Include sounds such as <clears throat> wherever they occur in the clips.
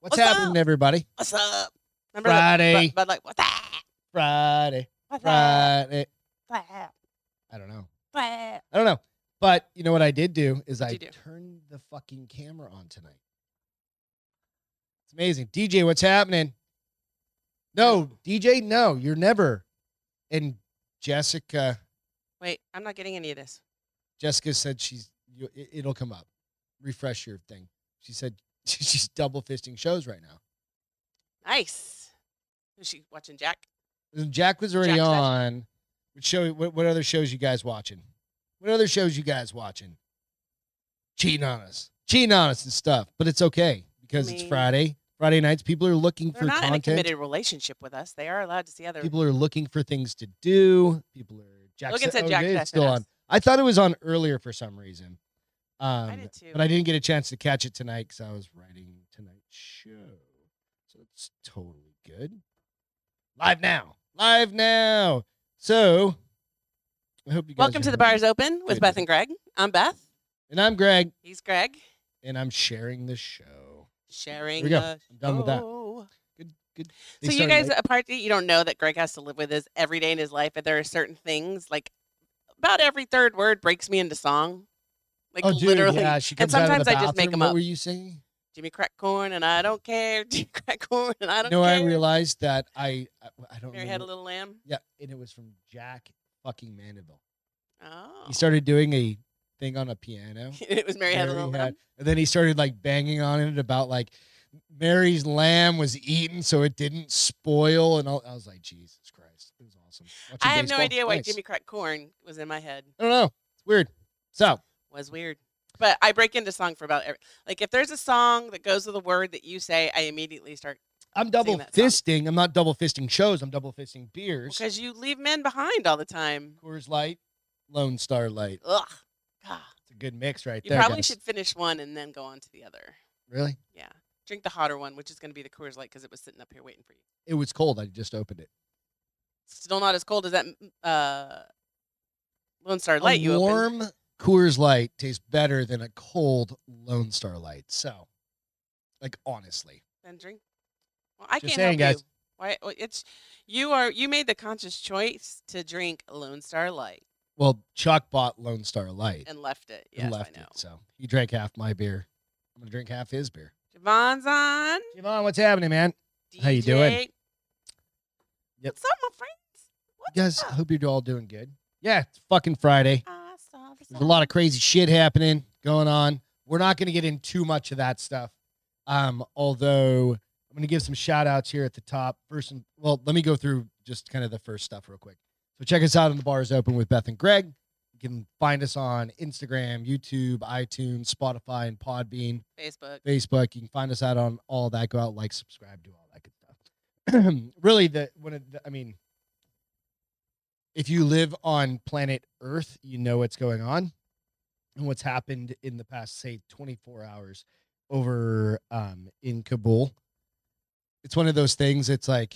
What's happening, up? everybody? What's up? Remember Friday. But, like, what's that? Friday, What's that? Friday. What's that? I don't know. What's that? I don't know. But you know what I did do is I you do? turned the fucking camera on tonight. It's amazing. DJ, what's happening? No, DJ, no, you're never. And Jessica, Wait, I'm not getting any of this. Jessica said she's, you- it- it'll come up. Refresh your thing. She said <laughs> she's double fisting shows right now. Nice. Is she watching Jack? And Jack was already Jack Sessions. on. What show? What, what other shows you guys watching? What other shows you guys watching? Cheating on us, cheating on us and stuff. But it's okay because it's mean- Friday. Friday nights, people are looking They're for not in a content. committed relationship with us. They are allowed to see other. People are looking for things to do. People are. Jack Logan Se- said oh, Jack it is Sessions. still on. I thought it was on earlier for some reason. Um, I did too. But I didn't get a chance to catch it tonight because I was writing tonight's show. So it's totally good. Live now. Live now. So I hope you guys Welcome are to the having- Bars Open with Good Beth night. and Greg. I'm Beth. And I'm Greg, He's Greg. and I'm sharing the show. Sharing we go. the I'm done with that. show. Good, good. Oh. They So you started guys, late. a part that you don't know that Greg has to live with is every day in his life, and there are certain things like about every third word breaks me into song. Like oh, dude, literally, yeah, she and comes out of sometimes the I just make bathroom. 'em What up. were you saying? Jimmy crack corn and I don't care. <laughs> Jimmy crack corn and I don't No, care. I realized that I I, I don't Mary know had a what- little lamb. Yeah, and it was from Jack fucking Mandeville. Oh, He started doing a thing on a piano. <laughs> it was Mary had a Mary little had- lamb. and then he started like banging on it about like Mary's lamb was eaten so it didn't spoil, and all, I was like, Jesus Christ, it was awesome. Watching I have no baseball? idea why Nice. Jimmy crack corn was in my head. I don't know. It's weird. So was weird. But I break into song for about every, like if there's a song that goes with a word that you say, I immediately start I'm double that song. fisting. I'm not double fisting shows. I'm double fisting beers. because you leave men behind all the time. Coors Light, Lone Star Light. Ugh. God. It's a good mix right You there. probably guys. should finish one and then go on to the other. Really? Yeah. Drink the hotter one, which is going to be the Coors Light because it was sitting up here waiting for you. It was cold. I just opened it. Still not as cold as that mm, uh, Lone Star Light a you opened. warm Coors Light tastes better than a cold Lone Star Light. So, like honestly, Then drink. Well, I Just can't saying, help guys. you. Why? well, It's you are you made the conscious choice to drink Lone Star Light well, Chuck bought Lone Star Light and left it. and Yes, left I know. it. So he drank half my beer. I'm gonna drink half his beer. Javon's on. Javon, what's happening, man? DJ. How you doing? Yep. What's up, my friends? What's You guys, I up? hope you're all doing good. Yeah, it's fucking Friday. I saw the There's a lot sun. of crazy shit happening going on. We're not gonna get in too much of that stuff. Um, although I'm gonna give some shout outs here at the top. First and well, let me go through just kind of the first stuff real quick. So check us out on the bars open with Beth and Greg. You can find us on Instagram, YouTube, iTunes, Spotify, and Podbean. Facebook. Facebook. You can find us out on all that. Go out, like, subscribe, do all that good stuff. <clears throat> really, the one of the, I mean, if you live on planet Earth, you know what's going on and what's happened in the past, say, 24 hours over um, in Kabul. It's one of those things. It's like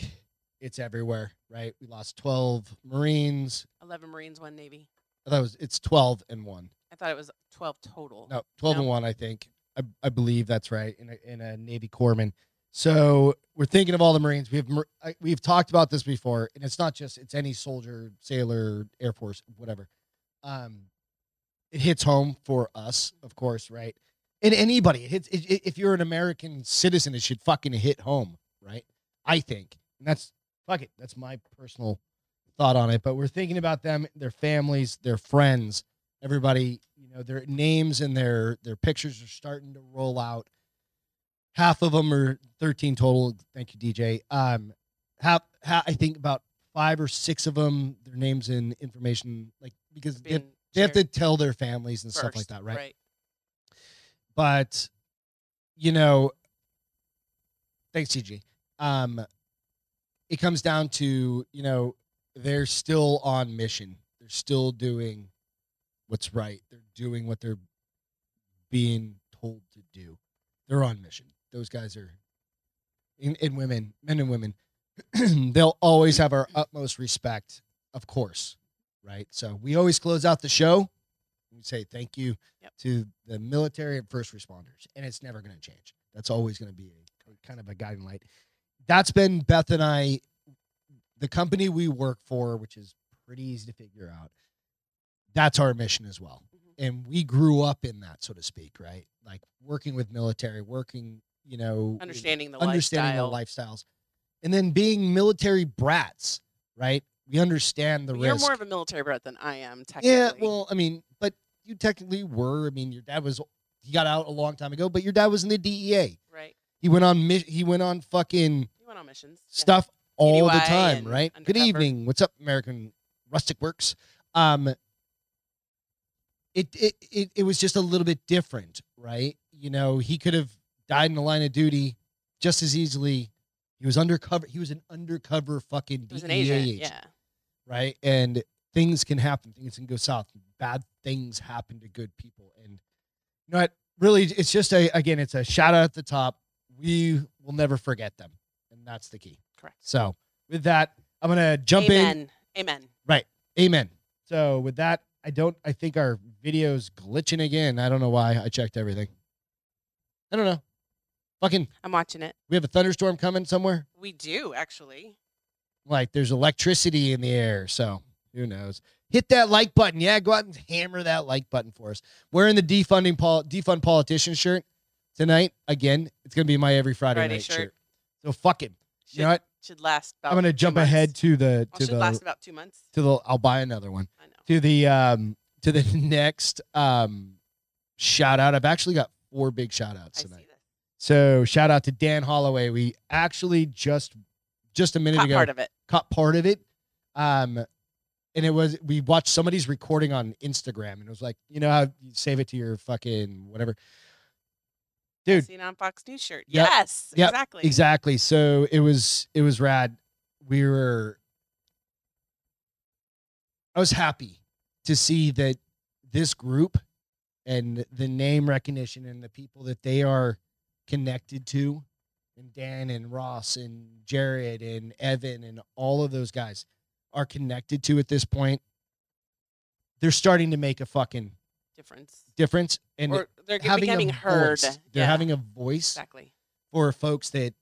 it's everywhere, right? We lost 12 Marines. Eleven Marines, one Navy. I thought it was it's 12 and one. I thought it was twelve total. No, twelve and No. one. I think I, I believe that's right in a, in a Navy corpsman. So we're thinking of all the Marines. We've we've talked about this before, and it's not just it's any soldier, sailor, Air Force, whatever. Um, it hits home for us, of course, right? And anybody, it hits, it, it- if you're an American citizen, it should fucking hit home, right? I think, and that's fuck it. That's my personal thought on it. But we're thinking about them, their families, their friends, everybody. You know, their names and their their pictures are starting to roll out. Half of them are 13 total. Thank you, DJ. Um, half, half I think about five or six of them, their names and information, like because they have, Being they have to shared tell their families and stuff like first, that, right? But you know, thanks, TG. Um, it comes down to you know they're still on mission. They're still doing what's right. They're doing what they're being told to do. They're on mission. Those guys are, and, and women, men and women, <clears throat> they'll always have our utmost respect, of course, right? So we always close out the show. We say thank you Yep. to the military and first responders, and it's never going to change. That's always going to be a kind of a guiding light. That's been Beth and I, the company we work for, which is pretty easy to figure out. That's our mission as well. Mm-hmm. And we grew up in that, so to speak, right? Like working with military, working, you know, with- Understanding the understanding lifestyle. the lifestyles, and then being military brats, right? We understand the You're risk. more of a military brat than I am, technically. yeah, well, I mean, but you technically were. I mean, your dad was he got out a long time ago, but your dad was in the DEA. right. He went on mi- he went on fucking You went on missions. Yeah. stuff all the PDY time, and right? Good undercover. evening. What's up, American Rustic Works? Um, it, it it it was just a little bit different, right? You know, he could have died in the line of duty just as easily. He was undercover. He was an undercover fucking He was an DEA agent. agent, Yeah. right? And things can happen. Things can go south. Bad things happen to good people, and you know, it really, it's just a again, it's a shout out at the top. We will never forget them, and that's the key. Correct. So with that, I'm gonna jump Amen. Amen. in. Amen. So with that, I don't. I think our video's glitching again. I don't know why. I checked everything. I don't know. Fucking, I'm watching it. we have a thunderstorm coming somewhere. We do actually. Like there's electricity in the air. So who knows? Hit that like button. Yeah, go out and hammer that like button for us. Wearing the defunding pol- defund politician shirt tonight. Again, it's gonna be my every Friday, Friday night shirt. shirt. So fuck it. Should, You know what? should last. About I'm gonna two jump months. ahead to the Well, to should last the about two months. to the. I'll buy another one. I know. to the um to the <laughs> next um shout out. I've actually got four big shout outs I see tonight. that. So shout out to Dan Holloway. We actually just just a minute Caught ago part of it. caught part of it. Um and it was we watched somebody's recording on Instagram and it was like, you know how you save it to your fucking whatever. Dude. Seen on Fox News shirt. Yep. Yes. Yep. Exactly. Exactly. So it was it was rad. We were I was happy to see that this group and the name recognition and the people that they are connected to and Dan and Ross and Jared and Evan and all of those guys are connected to at this point. They're starting to make a fucking Difference. difference and or they're having becoming a heard. voice. They're Yeah, having a voice exactly. for folks that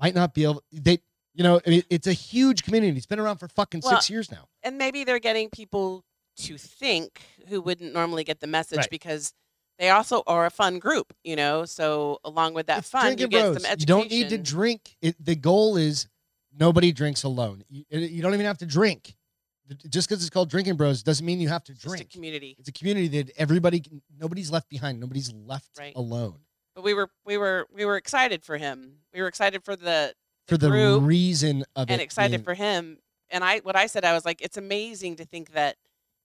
might not be able they you know I mean, it's a huge community it's been around for fucking Well, six years now and maybe they're getting people to think who wouldn't normally get the message Right. because they also are a fun group, you know. So along with that It's fun, you drinking get bros. some education. You don't need to drink it, the goal is nobody drinks alone you, you don't even have to drink just because it's called drinking bros doesn't mean you have to It's just a drink community. it's a community that everybody can- nobody's left behind nobody's left Right. alone But we were we were we were excited for him. We were excited for the for the group reason of and it excited being- for him. And I what I said I was like it's amazing to think that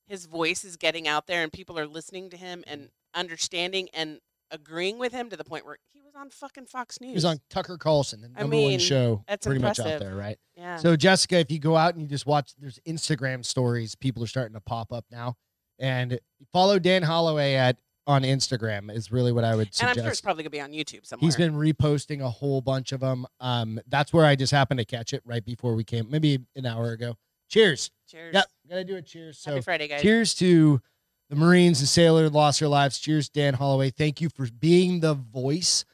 his voice is getting out there and people are listening to him and understanding and agreeing with him to the point where he was on fucking Fox News. he was on Tucker Carlson, the I number one mean, show that's pretty much out impressive. there, right? yeah. So Jessica, if you go out and you just watch, there's Instagram stories. People are starting to pop up now, and follow Dan Holloway at on Instagram is really what I and would I'm sure it's suggest. probably gonna be on YouTube somewhere. He's been reposting a whole bunch of them. Um, that's where I just happened to catch it right before we came, maybe an hour ago. Cheers! Cheers. Yep, gotta do a cheers. So Happy Friday, guys. Cheers to the Marines and sailor who lost their lives. Cheers, Dan Holloway. Thank you for being the voice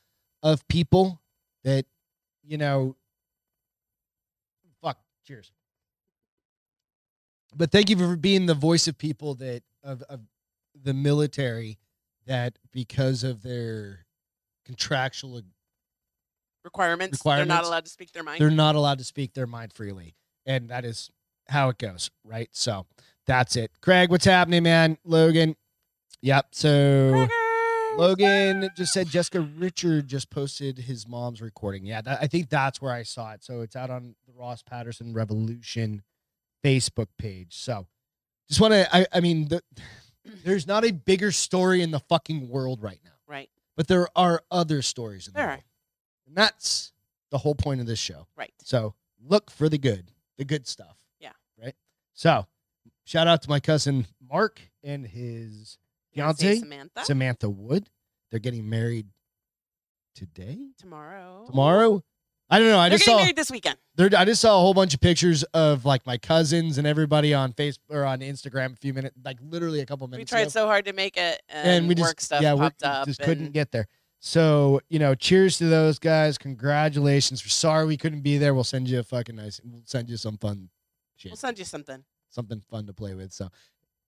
of people that, you know, fuck. Cheers. But thank you for being the voice of people that of, of the military that because of their contractual requirements. They're Requirements. not allowed to speak their mind. they're not allowed to speak their mind freely. And that is how it goes, right? So that's it. Craig, what's happening, man? Logan. Yep. So Crackers! Logan just said Jessica Richard just posted his mom's recording. Yeah, that, I think that's where I saw it. So it's out on the Ross Patterson Revolution Facebook page. So just want to, I, I mean, the, <clears throat> there's not a bigger story in the fucking world right now, Right. but there are other stories in There the are. world. And that's the whole point of this show. Right. So look for the good, the good stuff. Yeah. Right. So shout out to my cousin Mark and his Fiancee fiance Samantha Samantha Wood. They're getting married today, tomorrow. tomorrow. I don't know. I Oh. They're just getting saw married this weekend. there. I just saw a whole bunch of pictures of like my cousins and everybody on Facebook or on Instagram. A few minutes, like literally a couple We minutes. tried ago. so hard to make it, and, and we just work stuff yeah, popped we up. just and couldn't get there. So, you know, cheers to those guys. Congratulations. We're sorry we couldn't be there. We'll send you a fucking nice, we'll send you some fun shit, We'll send you something. something fun to play with. So,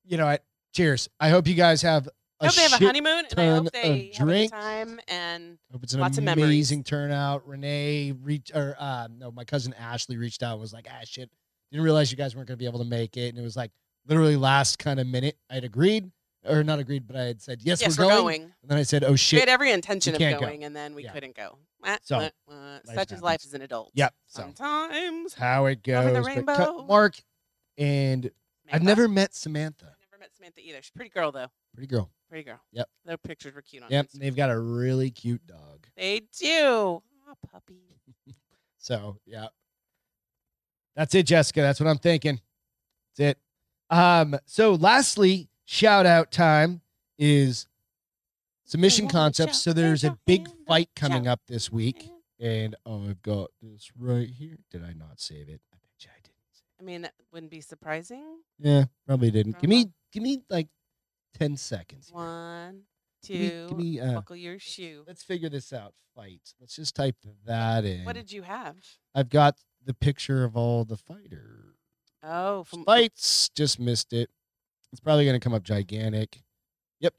you know, I, cheers. I hope you guys have I a hope they have a shit- honeymoon, and I ton hope of they have a good drinks. time. And Hope it's an Lots of memories. amazing turnout. Renee reached, or uh, no, my cousin Ashley reached out and was like, ah, shit. Didn't realize you guys weren't going to be able to make it. And it was like literally last kind of minute I'd agreed, or not agreed, but I had said, yes, yes, we're, going. And then I said, oh We shit. had every intention of can't go. going, and then we Yeah. couldn't go. Wah, So, wah, wah. Such is life happens. as an adult. Yep. So Sometimes. how it Over goes. the but cut- rainbow. Mark and I've Samantha. never met Samantha. I've never met Samantha either. She's a pretty girl though. Pretty girl. Pretty girl. Yep. Their pictures were Oh, cute on Yep. Instagram. and They've got a really cute dog. They do. Aw, puppy. So yeah. That's it, Jessica. That's what I'm thinking. That's it. Um, so lastly, shout out time is submission Shout, concepts. So shout, there's a shout, big hand up, fight coming shout. up this week. And I've got this right here. Did I not save it? I bet you I did. I mean, that wouldn't be surprising. Yeah, probably didn't. Give Probably. me give me like ten seconds. here. One, Give me- two, give me, uh, buckle your shoe. Let's figure this out. Fight. Let's just type that in. What did you have? I've got the picture of all the fighters. Oh, from Fights just missed it. It's probably going to come up gigantic. Yep.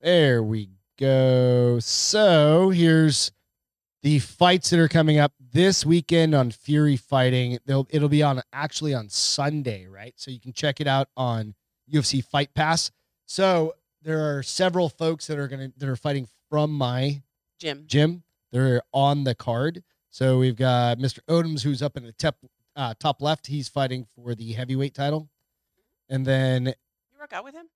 There we go. So here's the fights that are coming up this weekend on Fury Fighting. They'll, it'll be on actually on Sunday, right? So you can check it out on UFC Fight Pass. So there are several folks that are going to that are fighting from my Jim. Jim. They're on the card. So we've got Mr. Odoms, who's up in the tep, uh, top left. He's fighting for the heavyweight title. And then You work out with him?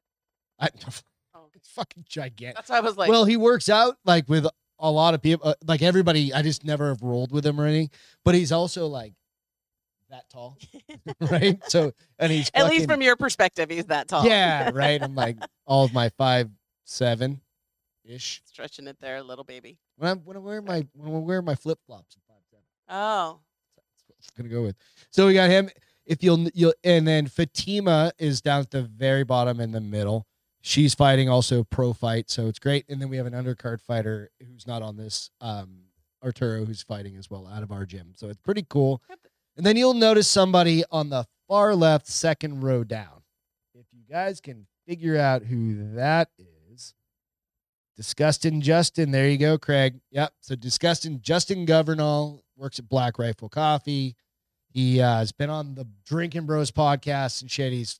I, <laughs> Oh, okay. fucking gigantic. that's why I was like, well, he works out like with a lot of people, uh, like everybody. I just never have rolled with him or anything. But he's also like that <laughs> tall, <laughs> right? So, and he's at least fucking- from your perspective, he's that tall. yeah, right. I'm like all of my five seven ish. <laughs> Stretching it there, little baby. When I when I wear my when I wear my flip flops, five seven. Oh, That's what I'm gonna go with. So we got him. If you'll you'll and then Fatima is down at the very bottom in the middle. She's fighting also pro fight, so it's great. And then we have an undercard fighter who's not on this, um, Arturo, who's fighting as well out of our gym. So it's pretty cool. Yep. And then you'll notice somebody on the far left, second row down. If you guys can figure out who that is, Disgusting Justin. There you go, Craig. Yep. So Disgusting Justin Governall works at Black Rifle Coffee. He uh, has been on the Drinking Bros podcast and shit. He's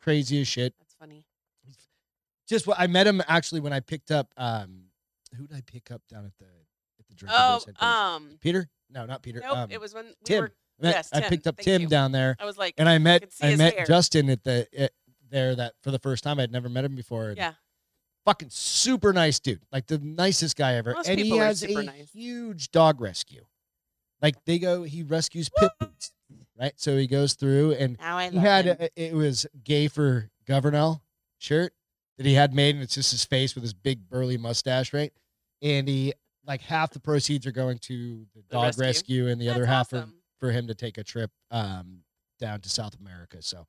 crazy as shit. that's funny. Just what I met him actually when I picked up. Um, who did I pick up down at the at the Drinking Oh, Bros? headquarters? um, Peter? No, not Peter. nope. um, it was when we Tim. were. I met- yes, I Tim. picked up Thank Tim you. down there, I was like, and I met could see I his met hair. Justin at the at, there that for the first time. I'd never met him before. and yeah, fucking super nice dude, like the nicest guy ever. Most and he people are has super a nice. huge dog rescue. Like they go, he rescues pit bulls, right? So he goes through, and now I love he had him. a, it was gay for Governor shirt that he had made, and it's just his face with his big burly mustache, right? And he like half the proceeds are going to the, dog rescue. rescue. and the other That's half are awesome. for him to take a trip um, down to South America. So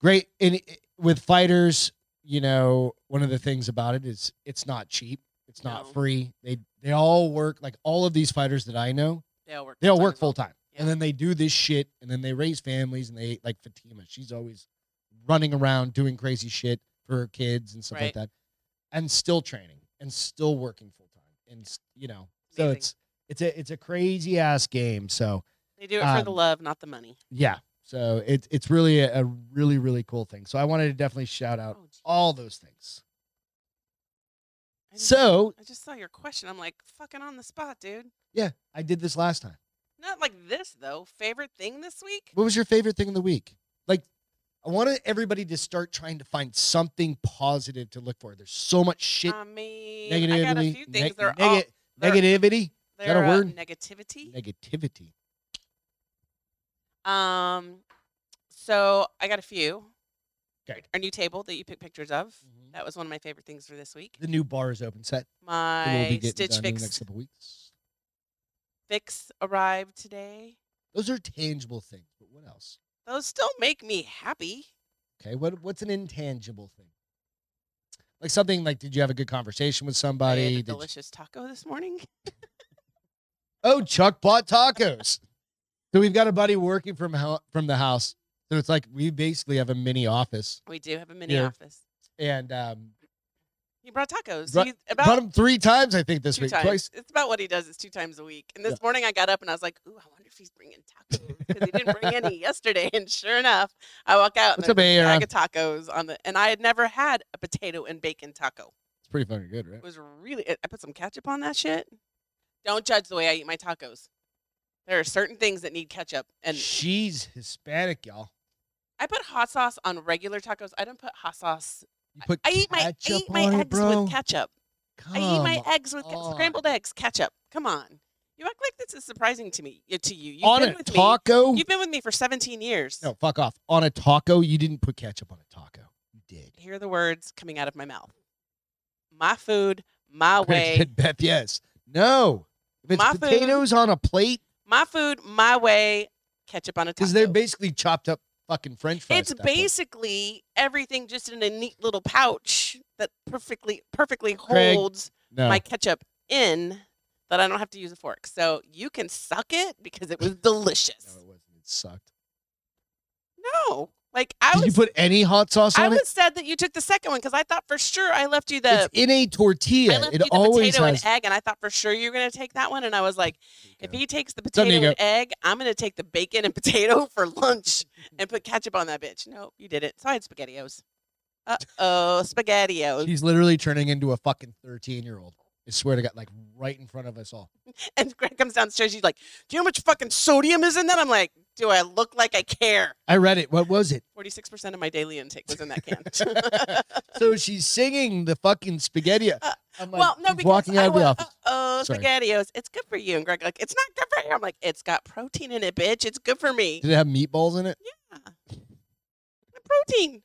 great. And it- with fighters, you know, one of the things about it is it's not cheap. It's not No. free. They they all work like all of these fighters that I know, They all work. they all full-time work as well. full time. Yeah. And then they do this shit and then they raise families and they like Fatima. She's always running around doing crazy shit for her kids and stuff Right. like that. And still training and still working full time. And s- you know, so Amazing. it's it's a it's a crazy ass game. So They do it for the Um, love, not the money. yeah. So it's it's really a, a really really cool thing. So I wanted to definitely shout out Oh, gee. all those things. I just- So I just saw your question. I'm like fucking on the spot, dude. I did this last time. Not like this though. Favorite thing this week? What was your favorite thing of the week? Like I wanted everybody to start trying to find something positive to look for. There's so much shit I mean, negativity. I got a few things. neg- they're nega- all they're- negativity, that a they're, uh, word? negativity. negativity. um, so I got a few. Okay. Mm-hmm. Our new table that you pick pictures of. That was one of my favorite things for this week. The new bar is open set. that we'll be My getting Stitch done in the next Fix couple weeks. fix arrived today. Those are tangible things. But what else? Those still make me happy. Okay, what what's an intangible thing? Like something like, did you have a good conversation with somebody? I had a Did you- delicious taco this morning. <laughs> oh, Chuck bought tacos. so we've got a buddy working from ho- from the house. So it's like we basically have a mini office, We do have a mini Yeah. office. and um, He brought tacos. Bru- He- about bought them three times I think this two week. times. Twice. It's about what he does. It's two times a week. And this Yeah. morning I got up and I was like, "Ooh, I wonder if he's bringing tacos because he didn't bring any yesterday." <laughs> And sure enough, I walk out and What's up, there's a Aaron? bag of tacos on the. And I had never had a potato and bacon taco. It's pretty fucking good, right? It was really. I put some ketchup on that shit. Don't judge the way I eat my tacos. There are certain things that need ketchup, and she's Hispanic, y'all. I put hot sauce on regular tacos. I don't put hot sauce. You put I eat my I ketchup eat my on it, eggs bro? with ketchup. Come I eat Um, my eggs with on. scrambled eggs, ketchup. Come on. You act like this is surprising to me. uh, To you. You've on been a with taco. me. You've been with me for 17 years. No, fuck off. On a taco, you didn't put ketchup on a taco. You did. Hear the words coming out of my mouth. My food, <laughs> my Could have way. said, Beth, yes. No. If it's My food- potatoes on a plate, My food, my way. Ketchup on a taco. because they're basically chopped up fucking French fries. it's at that point. basically everything just in a neat little pouch that perfectly perfectly Craig, holds no. my ketchup in that I don't have to use a fork. So you can suck it because it was <laughs> No, delicious. it wasn't. It sucked. No. Like I Did was you put any hot sauce I on it? was sad that you took the second one because I thought for sure I left you the it's in a tortilla. I left it you the always potato has. and egg, and I thought for sure you were gonna take that one. And I was like, if he takes the Don't need potato and egg, I'm gonna take the bacon and <laughs> potato for lunch and put ketchup on that bitch. No, you didn't. So I had spaghettios. Uh oh, spaghettios. She's literally turning into a fucking 13 year old. I swear to God, like right in front of us all. <laughs> And Greg comes downstairs, he's like, Do you know how much fucking sodium is in that? I'm like, Do I look like I care? I read it. What <laughs> was it? Forty six percent of my daily intake was in that can. so she's singing the fucking spaghetti. Uh, I'm like, Well, no, she's because walking I out of the went, office. Oh, Sorry. spaghettios! It's good for you. And Greg like, it's not good for you. I'm like, it's got protein in it, bitch. It's good for me. Did it have meatballs in it? The protein.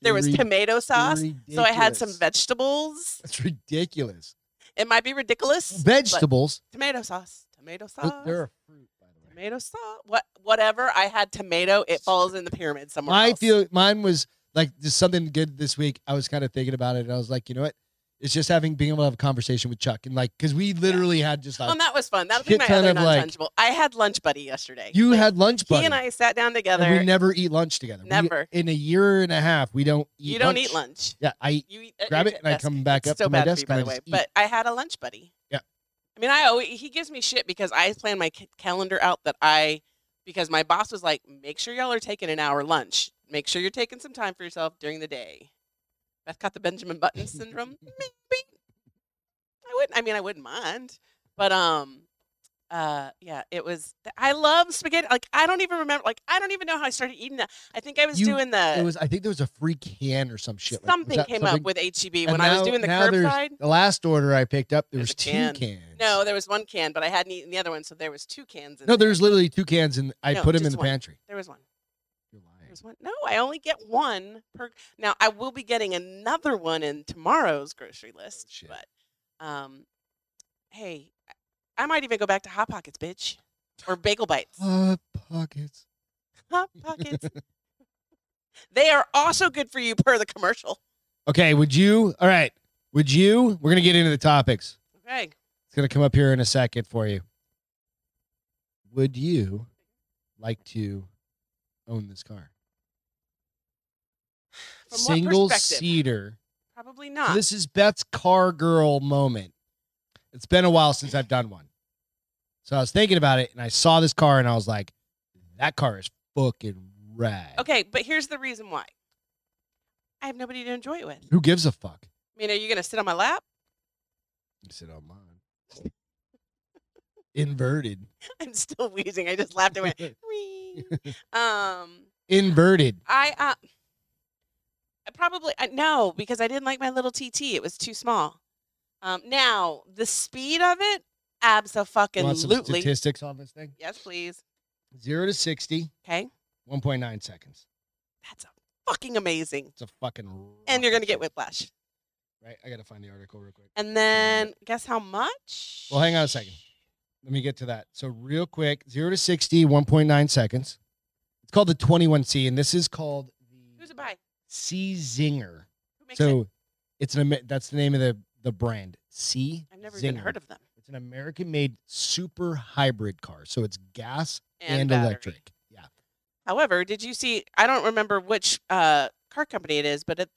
There was Rid- tomato sauce, so I had some ridiculous. vegetables. That's ridiculous. It might be Oh, ridiculous. but Vegetables. tomato sauce. Tomato sauce. but They're a fruit, by the way. Tomato sauce. What? Whatever. I had tomato. It falls in the pyramid somewhere. My else. feel mine was like just something good this week. I was kind of thinking about it, and I was like, you know what? It's just having being able to have a conversation with Chuck, and like because we literally had just Um, like that was fun. That'll be shit my ton other of, like- non-fungible. I had lunch buddy yesterday. you Like, had lunch, buddy. He and I sat down and together. we never eat lunch together. We- Never. in a year and a half, we don't. eat you don't eat lunch. Yeah, I eat- You eat at grab your it and I desk. come back It's up so to my bad for desk. you, by and I the way. just eat. But I had a lunch buddy. Yeah. I mean, I always, he gives me shit because I plan my c- calendar out that I because my boss was like, make sure y'all are taking an hour lunch. Make sure you're taking some time for yourself during the day. Beth got the Benjamin Button <laughs> syndrome. Maybe I wouldn't. I mean, I wouldn't mind. But um, uh, yeah, it was. I love spaghetti. Like I don't even remember. Like I don't even know how I started eating that. I think I was You- doing the it was. I think there was a free can or some shit. like- was uh, something that came up something? with HEB And when I was now- doing the now there's- curbside. The last order I picked up, there There's was a two can. cans. No, there was one can, but I hadn't eaten the other one, so there was two cans. In no, there. there's literally two cans, and I No, put them in just the one. pantry. there was one. You're lying. There was one. No, I only get one per. Now I will be getting another one in tomorrow's grocery list. Oh, shit. But, um, hey, I- I might even go back to hot pockets, bitch, or bagel <laughs> bites. Hot pockets. hot pockets. They are also good for you per the commercial. Okay, would you? All right, would you? We're gonna get into the topics. Okay. It's gonna come up here in a second for you. Would you like to own this car? From Single what perspective? seater. Probably So not. this is Beth's car girl moment. It's been a while since I've done one, so I was thinking about it, and I saw this car, and I was like, "That car is fucking rad." okay, but here's the reason why. I have nobody to enjoy it with. Who gives a fuck? I mean, are you gonna sit on my lap? <laughs> You sit on mine. Inverted. I'm still wheezing. I just laughed and went, wee. Um, <laughs> Inverted. I, uh, I probably, I, no, because I didn't like my little TT. It was too small. Um, now, the speed of it, You want some absolutely. statistics on this thing? Yes, please. Zero to 60, Okay. 1.9 seconds. That's fucking amazing. It's a fucking. And you're going to rocket get ship, whiplash. Right? I got to find the article real quick. And then guess how much? Well, hang on a second. Let me get to that. So, real quick, zero to 60, 1.9 seconds. It's called the 21C, and this is called the Who's a buy? C Zinger. Who makes it? So, It's an Ama- that's the name of the the brand. C. I've never even heard of them. It's an American-made super hybrid car, so it's gas And, and battery. electric. Yeah. However, did you see? I don't remember which uh, car company it is, but it,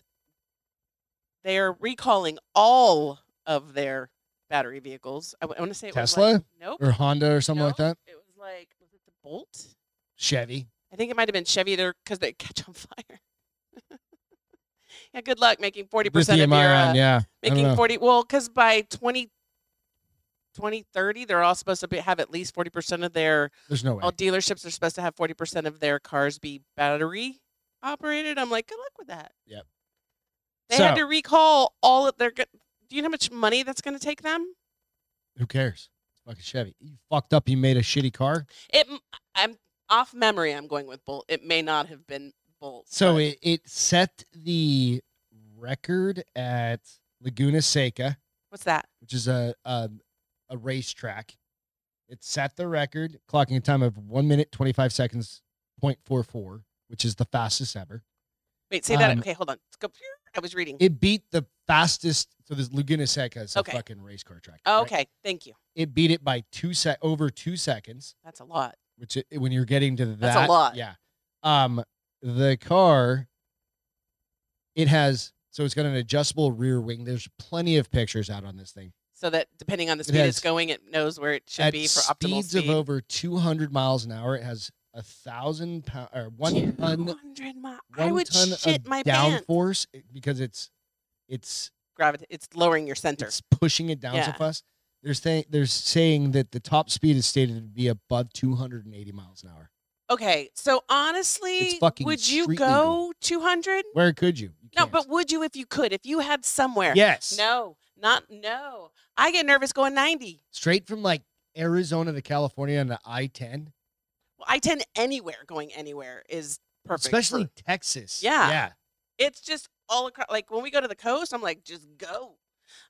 they are recalling all of their battery vehicles. I, want to say it Was like, Tesla? nope. or Honda or something like no, that. It was like was it the Bolt? Chevy. I think it might have been Chevy there because they <laughs> catch on fire. yeah, good luck making forty percent of Lithium your ion, uh, yeah. I don't making know. forty. Well, because by 20, 2030, they're all supposed to be, have at least forty percent of their There's no way. all dealerships are supposed to have forty percent of their cars be battery operated. I'm like, good luck with that. Yep. They had So- to recall all of their. go- Do you know how much money that's going to take them? Who cares? Fucking Chevy. You fucked up. You made a shitty car. It. m- I'm off memory. I'm going with Bolt. It may not have been Bolt. So but- it, it set the record at Laguna Seca, what's that? which is a a, a racetrack. It set the record, clocking a time of one minute twenty five seconds point four four, which is the fastest ever. Wait, say that. Um, okay, hold on. Let's go. I was reading. It beat the fastest. So this Laguna Seca is a Okay. fucking race car track. Oh, right? okay, thank you. It beat it by two sec over two seconds. That's a lot. which it, when you're getting to that, That's a lot. Yeah. Um, the car, it has so it's got an adjustable rear wing. There's plenty of pictures out on this thing. So that depending on the It speed it's has- going, it knows where it should At be for optimal speeds of speed. over 200 miles an hour, it has a thousand pound or one ton, 200 mi- I one would ton shit of my pants. downforce it- because it's it's Gravity. It's lowering your center. it's pushing it down so Yeah. fast. There's saying there's saying that the top speed is stated to be above 280 miles an hour. Okay, so honestly, fucking would you street go 200? Where could you? You No, can't. but would you if you could? If you had somewhere? yes, No, not no. I get nervous going 90. straight from like Arizona to California on the I 10, Well, I tend anywhere going anywhere is perfect. for- especially Texas. Yeah. Yeah. it's just all across. Like when we go to the coast, I'm like, just go.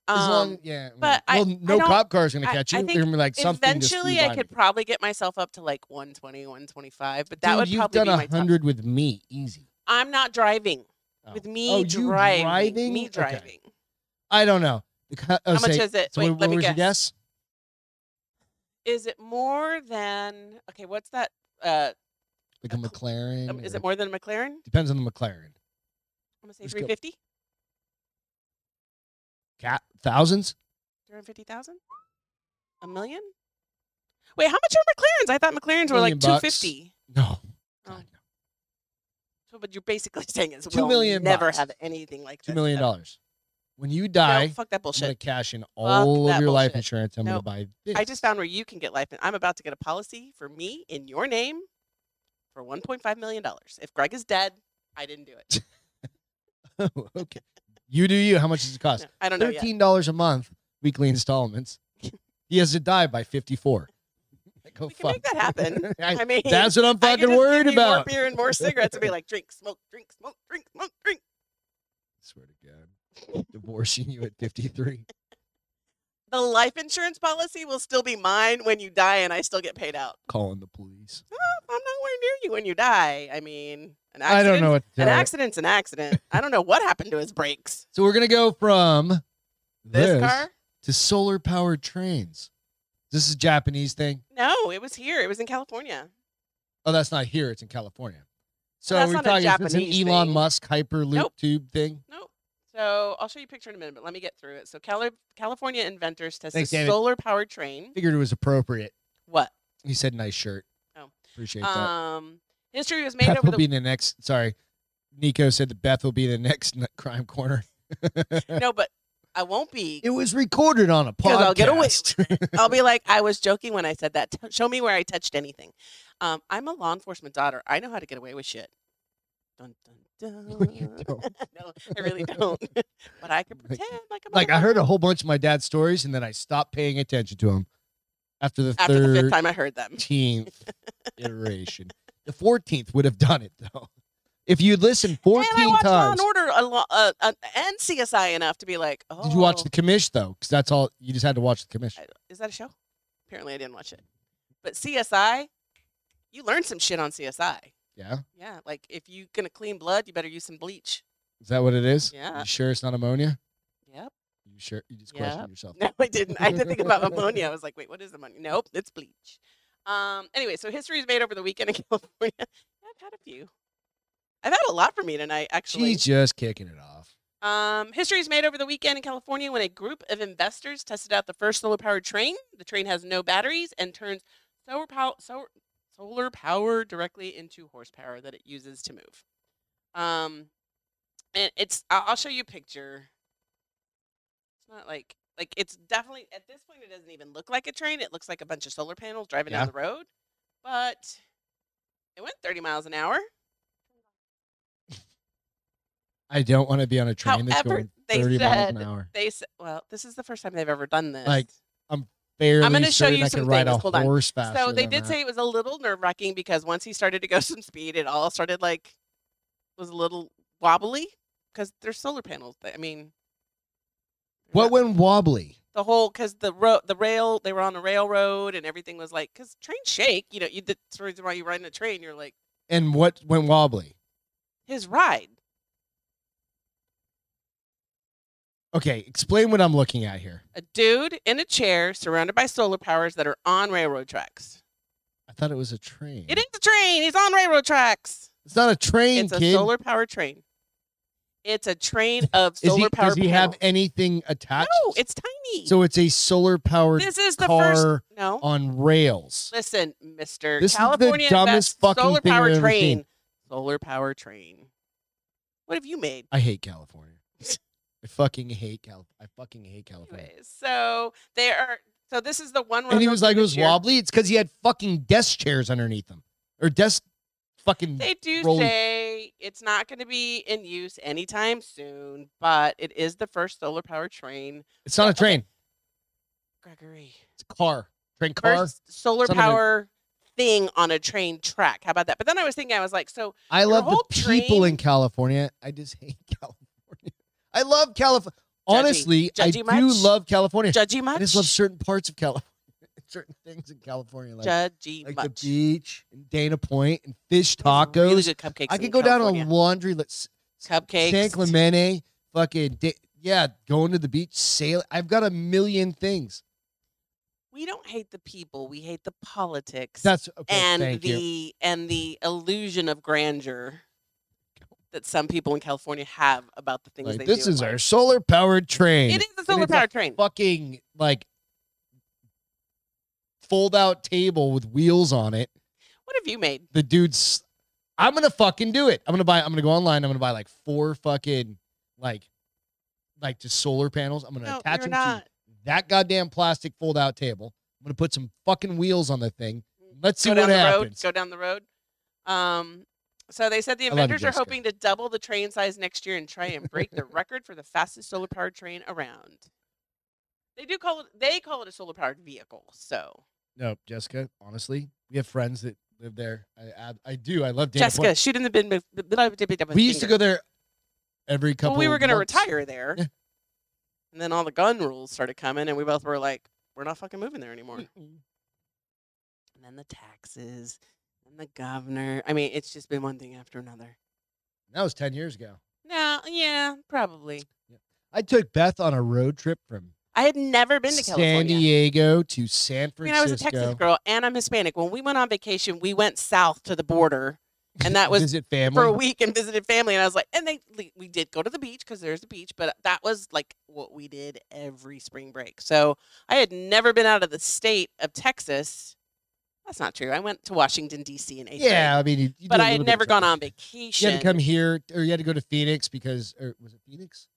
As Um, long, yeah. well, but I- well, I no don't- cop car is going to I- catch I you. think They're going to be like something. just flew eventually, I by could me. probably get myself up to like 120, 125, but that Dude, would you've probably done be my top. 100 with me. Easy. I'm not driving. Oh. With me oh, you driving, driving? me Okay. driving. I don't know. The co- oh, How much say- is it? So Wait, what, let what me was guess. your guess? Is it more than okay? What's that? Uh, Like a Uh, McLaren? um, is or- it more than a McLaren? Depends on the McLaren. I'm gonna say Let's go. 350, Cat, thousands? 350,000, a million. Wait, how much are McLarens? I thought McLarens were like Million bucks. 250. No. Oh. God, no. So, but you're basically <laughs> saying it's Two we'll million never bucks. have anything like $2 this million. ever. dollars. When you No, die, fuck that I'm going to bullshit. cash in all that of your life bullshit. insurance. I'm Nope. going to buy this. I <laughs> just found where you can get life. And I'm about to get a policy for me in your name for 1.5 million dollars. If Greg is dead, I didn't do it. Oh, okay. You do you. How much does it cost? No, I don't know yet. Thirteen dollars a month, <laughs> weekly installments. he has to die by fifty-four. <laughs> Like, oh, We can make that happen. <laughs> I- I mean, that's what I'm I could fucking just give worried you more about. beer and more cigarettes and be like, drink, smoke, drink, smoke, drink, smoke, drink. swear to God, divorcing you at fifty-three. The life insurance policy will still be mine when you die, and I still get paid out. Calling the police. Well, I'm nowhere near you when you die. I mean, an accident. I don't know what to An tell you. accident's an accident. I don't know what happened to his brakes. <laughs> So we're gonna go from This, car? to solar-powered trains. This is a Japanese thing. No, it was here. It was in California. Oh, that's not here. It's in California. So that's we're not a talking. It's an Japanese Elon thing. Musk hyperloop Nope. tube thing. Nope. So I'll show you a picture in a minute, but let me get through it. So Cali- California inventors test a Thanks, David. solar powered train. Figured it was appropriate. What? He said, "Nice shirt." Oh. appreciate that. Um, history <laughs> was made Beth over will the. be the next. Sorry, Nico said that Beth will be the next n- crime corner. no, but I won't be. It was recorded on a podcast. Because I'll get away with it. I'll be like, I was joking when I said that. T- show me where I touched anything. Um, I'm a law enforcement daughter. I know how to get away with shit. Dun, dun, dun. <laughs> you don't. <laughs> no, I really don't. <laughs> but I can pretend like I'm. a <laughs> Like I law- heard a whole bunch of my dad's stories, and then I stopped paying attention to them after the after the fifth thirteenth time I heard them. iteration. The fourteenth would have done it though. If you listened fourteen and I watched Law times, and Order a lo- uh, uh, and CSI enough to be like, oh, did you watch the commish though? Because that's all you just had to watch the commish. I- is that a show? Apparently, I didn't watch it. But CSI, you learn some shit on CSI. Yeah, Yeah, like if you're gonna clean blood, you better use some bleach. is that what it is? Yeah. You sure it's not ammonia? Yep. You sure? You just Yep. questioned yourself. <laughs> No, I didn't. I didn't think about ammonia. I was like, wait, what is ammonia? Nope, it's bleach. Um, anyway, so history is made over the weekend in <laughs> California. I've had a few. I've had a lot for me tonight, actually. She's just kicking it off. Um, history is made over the weekend in California when a group of investors tested out the first solar powered train. The train has no batteries and turns solar power, solar power directly into horsepower that it uses to move. Um, and it's I- I'll show you a picture. It's not like like it's definitely at this point it doesn't even look like a train. It looks like a bunch of solar panels driving Yeah. down the road, but it went 30 miles an hour. I don't want to be on a train that's However, going they 30 miles an said hour. They s- well, this is the first time they've ever done this. Like, Barely gonna show certain you I some could ride things. a Hold on. horse faster. So they than did that. say it was a little nerve wracking because once he started to go <laughs> some speed, it all started like was a little wobbly because there's solar panels. That, I mean, they're What not- went wobbly? the whole because the road, the rail, they were on a railroad and everything was like because trains shake. You know, you did the reason why you ride in a train. You're like And what went wobbly? his ride. Okay, explain what I'm looking at here. A dude in a chair surrounded by solar powers that are on railroad tracks. I thought it was a train. It is a train. He's on railroad tracks. It's not a train, it's a kid. solar powered train. It's a train of Is solar he, powered does he panels. have anything attached? No, it's tiny. so it's a solar powered this is the car first. No, on rails. listen, Mister. This is the California dumbest invests fucking solar thing I've power ever train. seen. Solar power train. What have you made? I hate California. I fucking hate Cal. I fucking hate California. Anyways, so they are. So this is the one. and he road was open like, it this was year. wobbly. It's because he had fucking desk chairs underneath him or desk fucking. They do rolly. say it's not going to be in use anytime soon, but it is the first solar power train. <laughs> It's not a train. Gregory. It's a car. Train car. First solar Son of a- power thing on a train track. How about that? But then I was thinking, I was like, so I love the whole people train- in California. I just hate <laughs> California. I love California. Honestly, I do Judgy much? love California. judgy much? <laughs> I just love certain parts of California, <laughs> certain things in California, like, judgy like the much. beach and Dana Point and There's fish tacos. Really good cupcakes. I in could go California. down a laundry list. cupcakes. San Clemente, fucking da- yeah, going to the beach, sail. I've got a million things. we don't hate the people. We hate the politics That's okay. and thank the you. and the illusion of grandeur that some people in California have about the things Like, they do. this in is our life. solar powered train. It is a a solar power train. fucking like fold out table with wheels on it. What have you made? The dude's I'm gonna fucking do it. I'm gonna buy I'm gonna go online. I'm gonna buy like four fucking like like just solar panels. I'm gonna No, attach you're them not. to that goddamn plastic fold out table. I'm gonna put some fucking wheels on the thing. Let's see go what down the happens. road. Go down the road. Um, so they said the I love you, inventors are Jessica. hoping to double the train size next year and try and break the record for the fastest solar powered train around. They do call it. They call it a solar powered vehicle. So No, Jessica, honestly, we have friends that live there. I I, I do. I love Dana Jessica, Point. shoot in the bin. with- with- with- with- with- with We used to go finger. there every couple Well, we were going to months. retire there, Yeah. and then all the gun rules started coming, and we both were like, "We're not fucking moving there Hmm. anymore." And then the taxes, and the governor. I mean, it's just been one thing after another. That was ten years ago. No, yeah, probably. I took Beth on a road trip from I had never been to San California. Diego to San I Francisco. mean, I was a Texas girl and I'm Hispanic. When we went on vacation, we went south to the border, and that was visit family. for a week and visited family. And I was like, and they le- we did go to the beach because there's a beach, but that was like what we did every spring break. So I had never been out of the state of Texas. That's not true. I went to Washington D.C. in eighth grade, Yeah, I mean, you, you but do a I had little bit of never gone on something. vacation. You had to come here, or you had to go to Phoenix because, or was it Phoenix?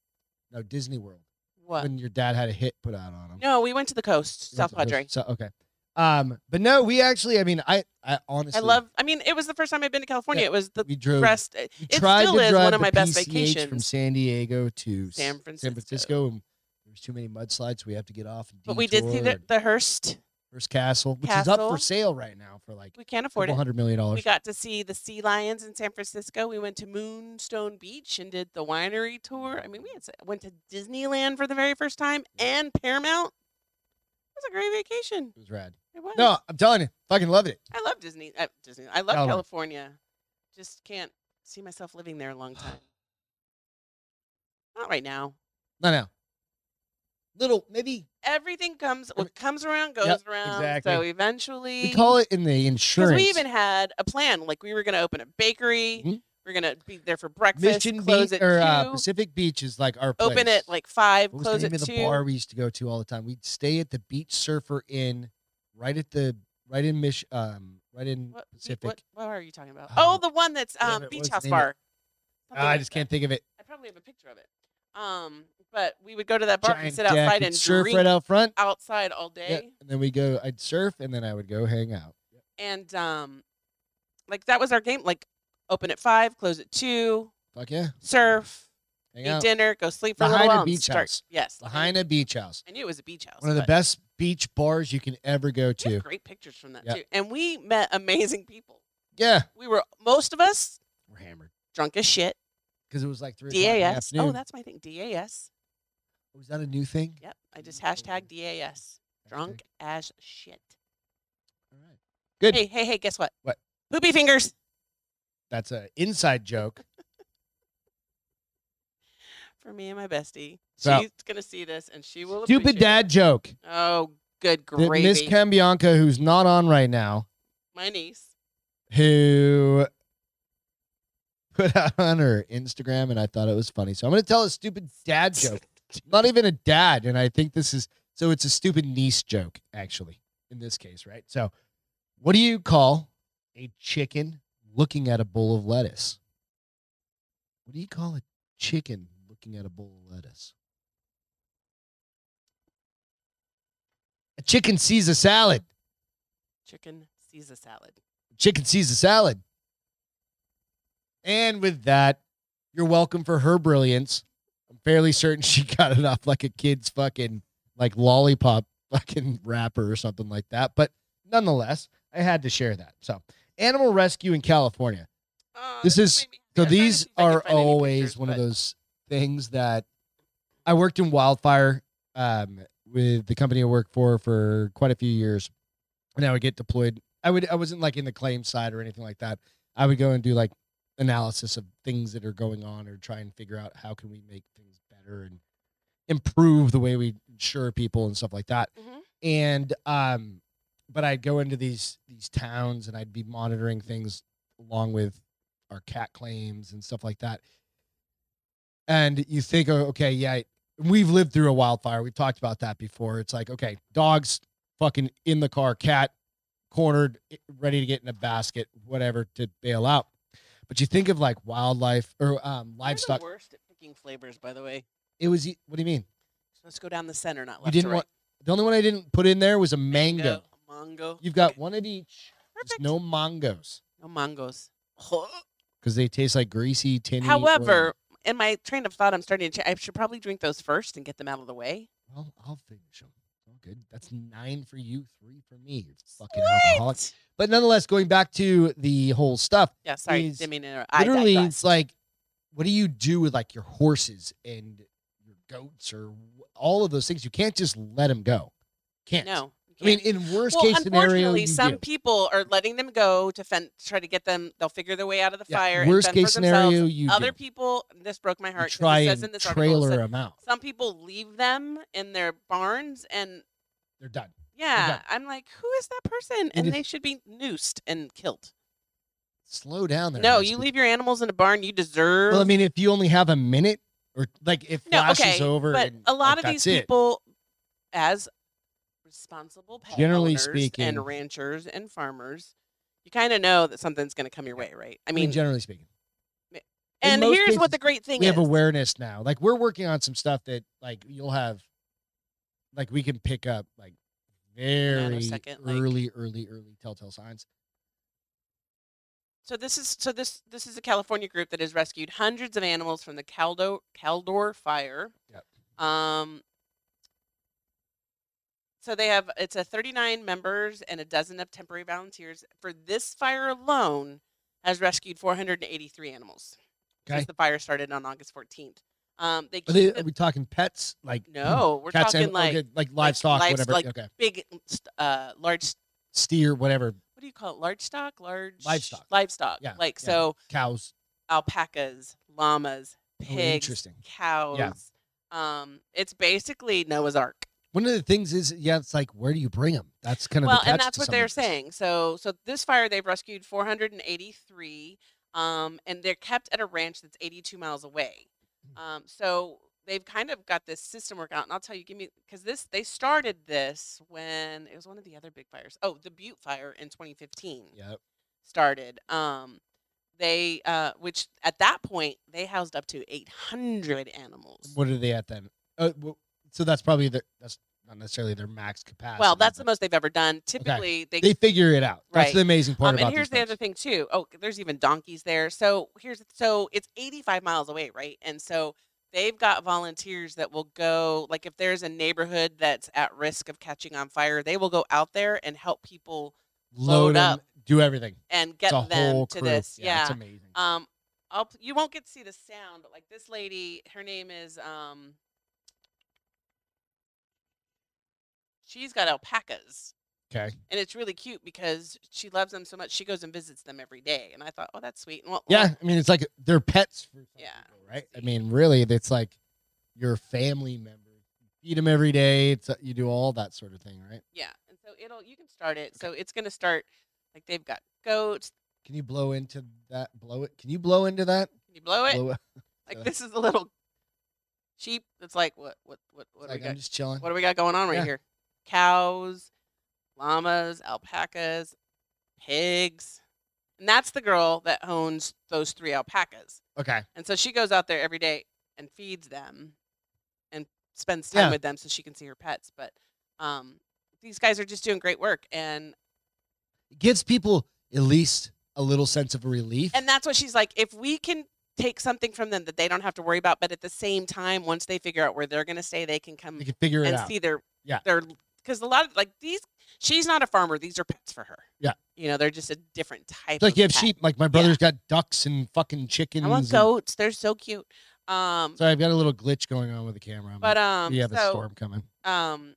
No, Disney World. What? When your dad had a hit put out on him. No, we went to the coast, You South went to- Padre. So okay, um, but no, we actually, I mean, I, I honestly, I love. I mean, it was the first time I'd been to California. It was the We drove. rest. eh, we it tried still to is drive one of the my best PCH from vacations. San Diego San to S- San Francisco. Francisco, and there was too many mudslides. We have to get off. And But we did see detour the, and the Hearst. Hearst Castle, which is up Castle. for sale right now for like We can't afford couple it. hundred million dollars. We got to see the sea lions in San Francisco. We went to Moonstone Beach and did the winery tour. I mean, we had, s- went to Disneyland for the very first time and Paramount. It was a great vacation. It was rad. It was. No, I'm telling you, fucking loved it. I love Disney. Uh, Disney. I love California. California. Just can't see myself living there a long time. Not right now. No, no. little maybe Everything comes what comes around goes Yep, around. exactly. So eventually, we call it in the because insurance we even had a plan. Like we were going to open a bakery. Mhm. We're going to be there for breakfast. Mission close Beach at or two. uh, Pacific Beach is like our place. open at like five. what was close the name at of the two. bar we used to go to all the time? We'd stay at the Beach Surfer Inn, right at the right in Mich um right in What, be- Pacific. what, what bar are you talking about? Oh, Oh, the one that's damn um, it, Beach what's House the name of Bar. Ah, I just can't think of it. I probably have a picture of it. Um, but we would go to that bar and Giant sit deck, outside we'd and surf drink right out front. outside all day. Yeah, and then we go. I'd surf and then I would go hang out. and um like that was our game like open at five close at two Fuck yeah, surf hang eat out dinner go sleep for a Lahaina little while Beach and start House. yes behind a beach house. i knew it was a beach house One of the but best beach bars you can ever go we to. have great pictures from that Yeah. too and we met amazing people Yeah, we were most of us we're hammered drunk as shit because it was like three. o'clock in the das oh afternoon. that's my thing das was that a new thing? yep i just hashtag das drunk as shit All right. Good. hey hey hey guess what What? poopy fingers That's an inside joke. for me and my bestie So- she's gonna see this and she will Stupid appreciate it. dad joke. oh good that gravy Miss Cambianca, who's not on right now, my niece who put out on her Instagram, and I thought it was funny. So I'm going to tell a stupid dad joke. not even a dad, and I think this is so. It's a stupid niece joke, actually, in this case, right? So, what do you call a chicken looking at a bowl of lettuce? What do you call a chicken looking at a bowl of lettuce? A chicken sees a salad. chicken Caesar salad. chicken Caesar salad. And with that, you're welcome for her brilliance. I'm fairly certain <laughs> she got it off like a kid's fucking like lollipop fucking wrapper or something like that. But nonetheless, I had to share that. So, animal rescue in California. Oh, This this is- made me- So I'm trying to see these if I can are find any always pictures, one of but those things that I worked in wildfire um, with the company I worked for for quite a few years, and I would get deployed. I would I wasn't like in the claim side or anything like that. I would go and do like analysis of things that are going on or try and figure out how can we make things better and improve the way we insure people and stuff like that Mhm. and um but i'd go into these these towns and i'd be monitoring things along with our cat claims and stuff like that and you think oh, okay yeah I- we've lived through a wildfire we've talked about that before it's like okay dogs fucking in the car cat cornered i- ready to get in a basket whatever to bail out but you think of like wildlife or um, You're livestock The worst at picking flavors, by the way. it was e- what do you mean So let's go down the center, not You left didn't to right. want- the only one i didn't put in there was a mango, Mango. you've got one of each There's Perfect. no mangoes No mangoes. because they taste like greasy tinny. oil. However, uh, in my train of thought, I'm starting to. Ch- I should probably drink those first and get them out of the way. well, I'll finish them. All good. That's nine for you, three for me. You fucking alcoholic. What? But nonetheless, going back to the whole stuff, Yeah, sorry, Is didn't mean to interrupt. I literally, digress. it's like, what do you do with like your horses and your goats or wh- all of those things? You can't just let them go. Can't. no. you I mean, can't. in worst well, case scenario, unfortunately, you some do. people are letting them go to fend, try to get them. They'll figure their way out of the Yeah, fire. and worst fend for case themselves. scenario, you other do. people this broke my You heart 'cause try it says in and this article trailer it said them out. some people leave them in their barns and They're done. yeah Okay. i'm like who is that person And and if- they should be noosed and killed Slow down there. no miss you people. leave your animals in a barn you deserve Well, I mean, if you only have a minute, or like if no flashes okay over, but and, a lot like, of these that's it. people as responsible pet Generally owners speaking- and ranchers and farmers you kind of know that something's going to come your way right i I mean mean, generally speaking, in and most here's what cases, the great thing we is have awareness now. Like we're working on some stuff that like you'll have, like we can pick up like very Nanosecond, like- early, early, early telltale signs. So this is so this this is a California group that has rescued hundreds of animals from the Caldo Caldor fire. Yep. Um so they have it's a 39 members and a dozen of temporary volunteers for this fire alone has rescued 483 animals Okay. since the fire started on August 14th. Um, they Are, keep they, the are we talking pets? Like hmm, No, we're cats talking and like- like livestock, lives- whatever. like- okay, big st- uh, large what steer, whatever, do you call it large stock large Livestock. livestock Yeah, like yeah. so cows. alpacas llamas Oh, pigs interesting. cows Um, it's basically Noah's Ark. One of the things is, yeah, it's like where do you bring them? That's kind of well, the catch and to that's what some of they're this. saying. So, so this fire they've rescued 483, um, and they're kept at a ranch that's 82 miles away. Mm. Um, so they've kind of got this system worked out, and I'll tell you, give me because this they started this when it was one of the other big fires. Oh, the Butte fire in 2015 Yeah, started. Um, they uh, which at that point they housed up to 800 animals. what are they at then? Uh, well, so that's probably their that's not necessarily their max capacity. Well, that's the but most they've ever done. Typically, they They figure it out. That's Right. the amazing part um, about and here's these the other things. thing too. Oh, there's even donkeys there. So here's so it's 85 miles away, right? And so they've got volunteers that will go like if there's a neighborhood that's at risk of catching on fire, they will go out there and help people load Load 'em, up, do everything. and It's get a whole them to crew. this. yeah, Yeah. it's amazing. um, I'll, p- you won't get to see the sound, but like this lady, her name is um. She's got alpacas. Okay. And it's really cute because she loves them so much. She goes and visits them every day. And I thought, oh, that's sweet. And well, well, Yeah, I mean, it's like they're pets for some Yeah. people, right? I mean, really, it's like your family member. You feed them every day. It's you do all that sort of thing, right? Yeah, and so it'll you can start it. So it's gonna start like they've got goats. Can you blow into that? Blow it. Can you blow into that? Can you blow it? Blow it. like uh, this is a little sheep. It's like what what what what do Like, we I'm got? just chilling. What do we got going on right Yeah. here? Cows, llamas, alpacas, pigs, and that's the girl that owns those three alpacas. Okay. And so she goes out there every day and feeds them, and spends time Yeah. with them so she can see her pets. But um, these guys are just doing great work, and It gives people at least a little sense of relief. and that's what she's like if we can take something from them that they don't have to worry about but at the same time once they figure out where they're going to stay they can come they can figure it and out. see their Yeah. their because a lot of like these she's not a farmer these are pets for her Yeah. you know they're just a different type It's like of you have pet. sheep. Like my brother's got ducks and fucking chickens. i want and- goats they're so cute um Sorry, I've got a little glitch going on with the camera. I'm but like, um we have a so, storm coming. um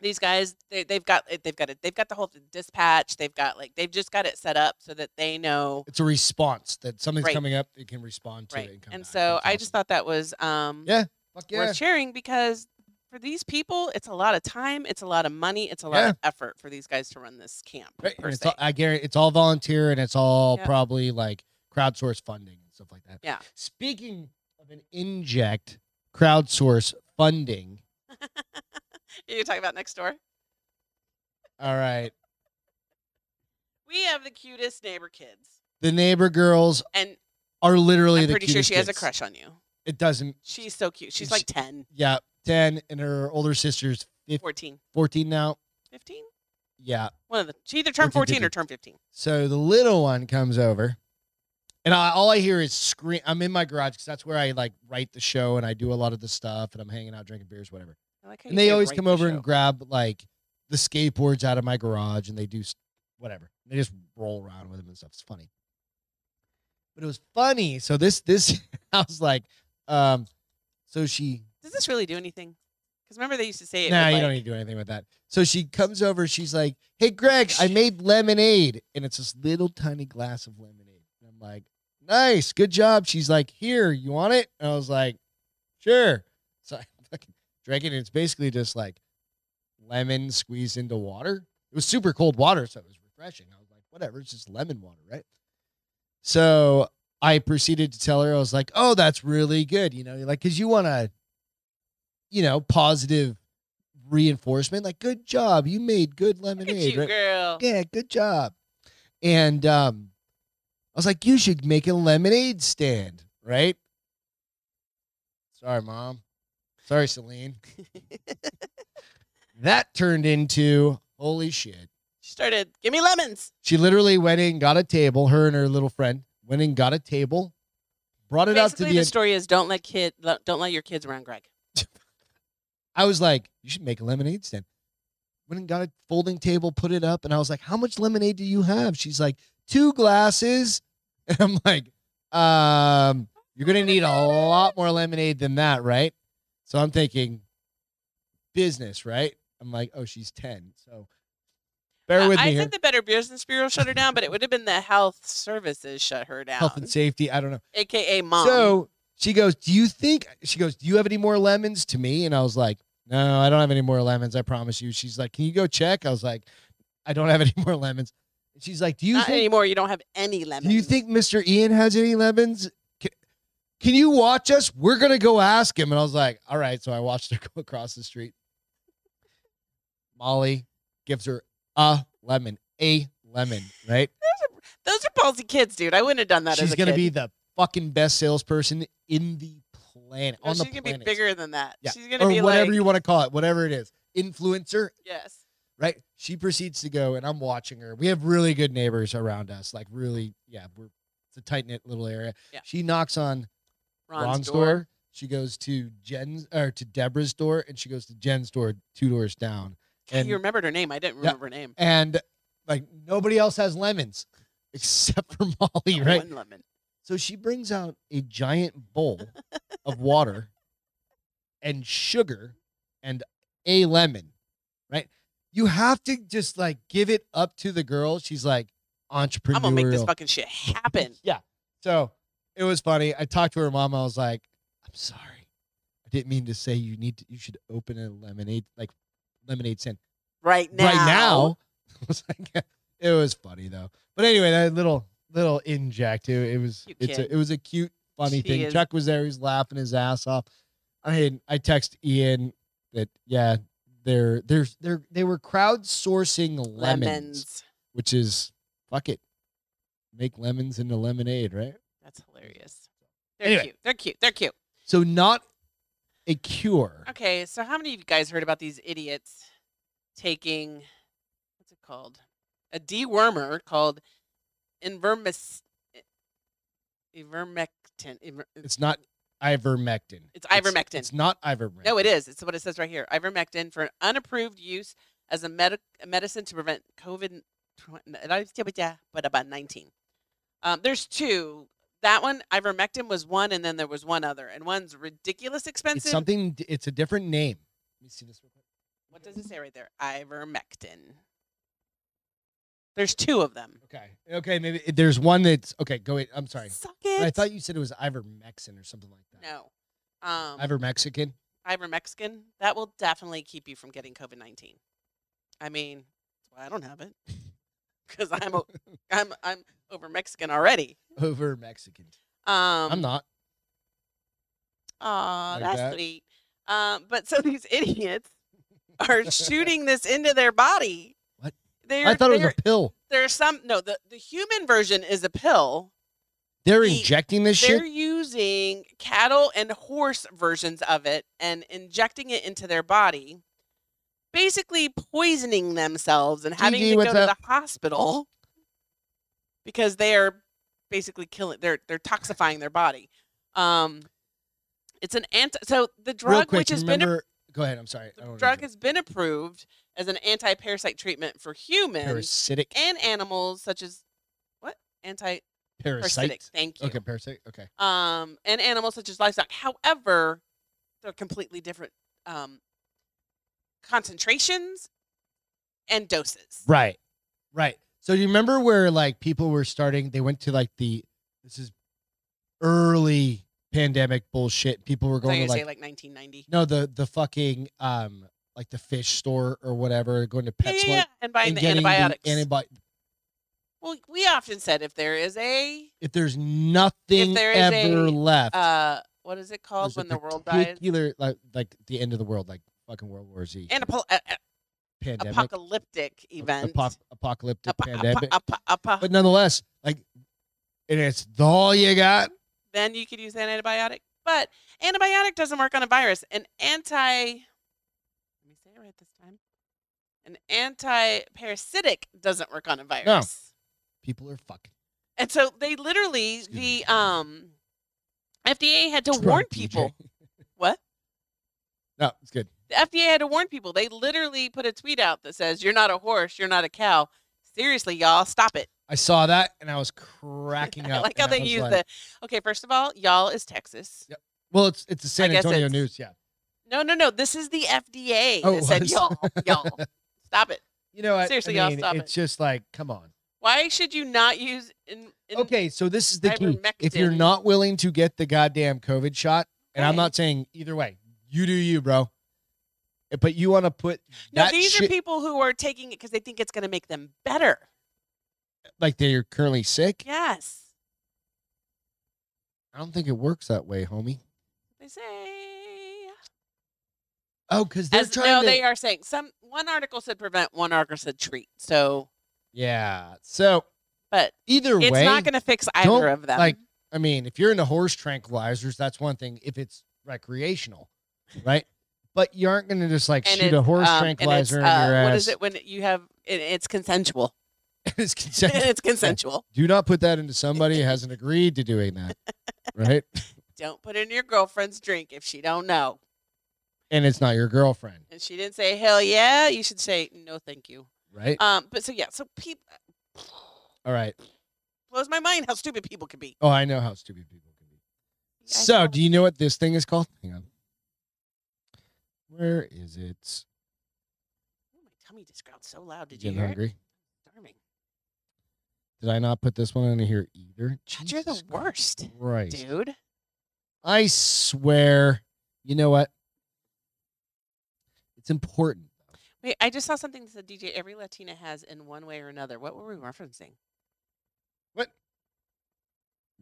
these guys they, they've got it they've got it they've got the whole dispatch they've got like they've just got it set up so that they know It's a response that something's Right. coming up. It can respond to right it. And, come and back. so That's i awesome. just thought that was um Yeah. Fuck yeah. worth sharing because for these people, it's a lot of time, it's a lot of money, it's a lot Yeah. of effort for these guys to run this camp. Right. per and it's se. all, I guarantee it's all volunteer and it's all Yep. probably like crowdsource funding and stuff like that. Yeah. Speaking of an inject crowdsource funding, you talking about next door? all right, We have the cutest neighbor kids, the neighbor girls and are literally I'm the pretty sure cutest she has a kids. crush on you. It doesn't. She's so cute. She's Is like she- 10, Yeah, ten and her older sister's fif- 14, fourteen now. 15. Yeah. One of the she either turned 14, 14, or turned 15. So the little one comes over, and I, all I hear is scream. I'm in my garage because that's where I like write the show and I do a lot of the stuff and I'm hanging out drinking beers, whatever. I like how you and they say always right come to over and show. grab like the skateboards out of my garage and they do s- whatever they just roll around with them and stuff it's funny but it was funny so this this <laughs> i was like um so she Does this really do anything? Because remember they used to say it. nah would, you like, don't need to do anything with that so she comes over she's like hey greg i made lemonade and it's this little tiny glass of lemonade and i'm like nice good job she's like here you want it and i was like sure so <laughs> i fucking drank it and it's basically just like lemon squeezed into water. It was super cold water, so it was refreshing. I was like, whatever, it's just lemon water, right? So I proceeded to tell her, I was like, oh, that's really good. You know, like, cause you want to, you know, positive reinforcement, like, good job. You made good Look lemonade. at you, right? girl. Yeah, good job. And um, I was like, you should make a lemonade stand, right? Sorry, mom. <laughs> Sorry, Celine. That turned into holy shit. she started, give me lemons. She literally went in, got a table. Her and her little friend went in, got a table, brought it out to Basically, the. the story is don't let kid lo- don't let your kids around Greg. I was like, you should make a lemonade stand. Went and got a folding table, put it up, and I was like, how much lemonade do you have? She's like, two glasses, <laughs> and I'm like, um, you're gonna need a lot more lemonade than that, right? So I'm thinking, business, right? I'm like, oh, she's ten, so bear Uh, with I me think here. the Better Business Bureau shut her down, but it would have been the health services shut her down, Health and safety, I don't know. aka mom. So She goes, "Do you think?" She goes, "Do you have any more lemons?" To me, and I was like, "No, I don't have any more lemons. I promise you." She's like, "Can you go check?" I was like, "I don't have <laughs> any more lemons." She's like, "Do you Not think?" anymore. You don't have any lemons. Do you think Mr. Ian has any lemons? Can, can you watch us? We're gonna go ask him. And I was like, all right. So I watched her <laughs> go across the street. Molly gives her a lemon, a lemon, right? those are palsy kids, dude? I wouldn't have done that as she's a gonna kid. be the fucking best salesperson in the planet. No, on the she's gonna planet. be bigger than that. Yeah. She's gonna or be whatever like you want to call it, whatever it is. Influencer, yes. right? She proceeds to go, and I'm watching her. We have really good neighbors around us, like really, yeah. We're it's a tight knit little area. Yeah. She knocks on Ron's, Ron's door. door. She goes to Jen's or to Deborah's door, and she goes to Jen's door two doors down. God, And- you remembered her name. I didn't Yeah. remember her name. And like nobody else has lemons <laughs> except for Molly, Not right? One lemon. So she brings out a giant bowl of water and sugar and a lemon, right? You have to just like give it up to the girl. She's like entrepreneurial. I'm gonna make this fucking shit happen. Yeah. So it was funny. I talked to her mom. I was like, I'm sorry. I didn't mean to say you need to, you should open a lemonade, like lemonade stand Right now. <laughs> right now. <laughs> I was like, it was funny though. But anyway, that little, little inject too. It was, Cute it's kid. a, it was a cute, funny She thing. is- Chuck was there. He's laughing his ass off. I mean, I text Ian that, yeah, they're, they're, they're, they were crowdsourcing lemons, Lemons. which is fuck it. Make lemons into lemonade, right? That's hilarious. They're Anyway. cute. They're cute. They're cute. So not a cure. Okay, so how many of you guys heard about these idiots taking what's it called? A dewormer called invermis ivermectin. Inver- It's not ivermectin. It's ivermectin. It's not ivermectin. No, it is. It's what it says right here. Ivermectin for unapproved use as a medic a medicine to prevent COVID. But about nineteen, um, there's two. That one, ivermectin, was one, and then there was one other, and one's ridiculous It's expensive. something. d- It's a different name. Let me see this real quick. What does it say right there? Ivermectin. There's two of them. Okay. Okay. Maybe there's one that's okay. Go. Wait, I'm sorry. Suck But it. I thought you said it was ivermectin or something like that. no. Um, Ivermexican. ivermectin. That will definitely keep you from getting COVID nineteen. I mean, that's why I don't have it <laughs> because I'm <laughs> o- I'm I'm over Mexican already. Over Mexican. Um, I'm not. Aw, like that's that. sweet. Um, but so <laughs> these <laughs> idiots are shooting this into their body. What? They're, I thought it was they're, a pill. There's some no. The the human version is a pill. They're the- injecting this They're shit. using cattle and horse versions of it and injecting it into their body, basically poisoning themselves and having GG, to go what's to the hospital because they are basically killing. They're they're toxifying their body. Um, it's an anti. So the drug, real quick. which has been a- remember. go ahead. I'm sorry. I the don't wanna drug interrupt. has been approved as an anti-parasite treatment for humans parasitic. and animals, such as what anti-parasitic. Parasite. Thank you Okay. Parasitic. Okay. um, and animals such as livestock. However, they're completely different um, concentrations and doses. Right. Right. So do you remember where like people were starting? They went to like the this is early pandemic bullshit. People were So going you to like say like 1990. no the the fucking um like the fish store or whatever, going to Yeah, PetSmart yeah, yeah, and buying and the getting antibiotics. the antibiotic. well, we often said if there is a If there's nothing there is ever a, left, uh, what is it called there's a when the <laughs> world dies? particular like like the end of the world, like fucking World War Z, An apo- a- a- pandemic, apocalyptic event. apo- apocalyptic Apa- apa- pandemic. apa- apa- but nonetheless, like, and it's all you got. then you could use an antibiotic. But antibiotic doesn't work on a virus. An anti let me say it right this time. An anti-parasitic doesn't work on a virus. People are fucking. And so they literally Excuse the me. um FDA had to drunk, warn DJ. people. What? <laughs> No, it's good. The FDA had to warn people. They literally put a tweet out that says, You're not a horse, you're not a cow. Seriously, y'all, stop it. <laughs> I saw that and I was cracking I up. like how and I they was use like- the okay, first of all, y'all is Texas. Yep. Well, it's it's the San guess Antonio it's- news. Yeah. No, no, no. This is the FDA Oh, that it said, was. <laughs> Y'all, y'all, stop it. You know, what? I, Seriously, y'all mean, stop it's just like, come on. Why should you not use in, in Okay, so this is the key. If you're Ivermectin. not willing to get the goddamn COVID shot, and I'm Okay. not saying either way, you do you, bro. Eh, But you want to put No, that these shit are people who are taking it because they think it's going to make them better. like they're currently sick. Yes, I don't think it works that way, homie. they say. Oh, because they're As, trying no, to. they are saying some. One article said prevent, one article said treat. So, yeah. So but either it's way, not going to fix don't, either of them. like- I mean, if you're into horse tranquilizers, that's one thing. If it's recreational, right? But you aren't going to just like and shoot it's, a horse um, and it's, tranquilizer in uh, your ass. What is <laughs> it when you have? It, it's consensual. <laughs> It's consensual. it's consensual. Do not put that into somebody who hasn't agreed to doing that, right? Don't put it in your girlfriend's drink if she don't know. And it's not your girlfriend, And she didn't say hell yeah. You should say no, thank you. right? Um, but so yeah, so people All right. blows my mind how stupid people can be. Oh, I know how stupid people can be. I So, know. do you know what this thing is called? Hang on. Where is it? Oh, my tummy just growled so loud. Did you Getting hear it? hungry? Starving. Did I not put this one in here either? God, you're the Jesus worst, Christ. dude. I swear. You know what? It's important. Wait, I just saw something that said DJ every Latina has in one way or another. What were we referencing? What'd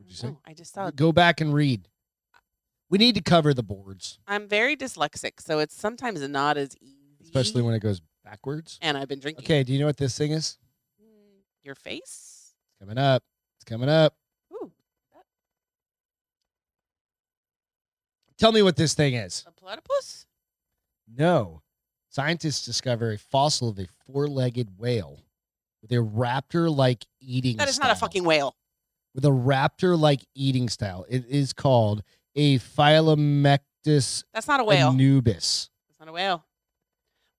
you say? Oh, I just saw. Go back and read. We need to cover the boards, I'm very dyslexic, so it's sometimes not as easy. especially when it goes backwards. And I've been drinking. Okay, do you know what this thing is? Mm, Your face. It's coming up. It's coming up. Ooh, Tell me what this thing is. a platypus. No. Scientists discover a fossil of a four legged whale with a raptor like eating That is not a style. fucking whale. With a raptor like eating style. It is called a Phylomectus That's not a whale. anubis. That's not a whale.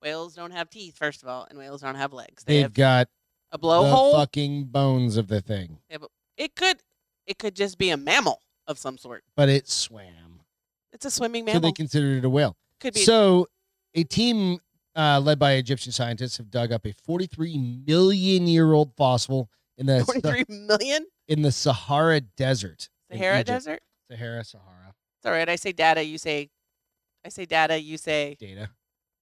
Whales don't have teeth, first of all, and whales don't have legs. They They've have got a the blowhole. fucking bones of the thing, It could, it could just be a mammal of some sort. but it swam. It's a swimming So mammal. they considered it a whale. could be. So, a team uh, led by Egyptian scientists have dug up a 43 million year old fossil in <laughs> the 43 million in the Sahara Desert. in Sahara Egypt. Desert. Sahara, Sahara, It's all right. I say data. You say, I say data. You say data.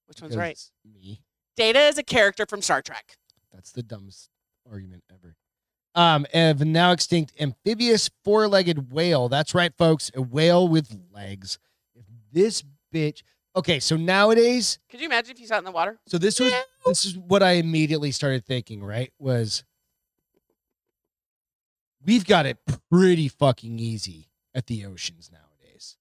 which because one's right? it's Me. Data is a character from Star Trek. That's the dumbest argument ever. Um, of now extinct amphibious four legged whale. That's right, folks. A whale with legs. If this bitch. Okay, so nowadays, Could you imagine if you saw it in the water? so this was this is what I immediately started thinking, right? Was we've got it pretty fucking easy at the oceans nowadays,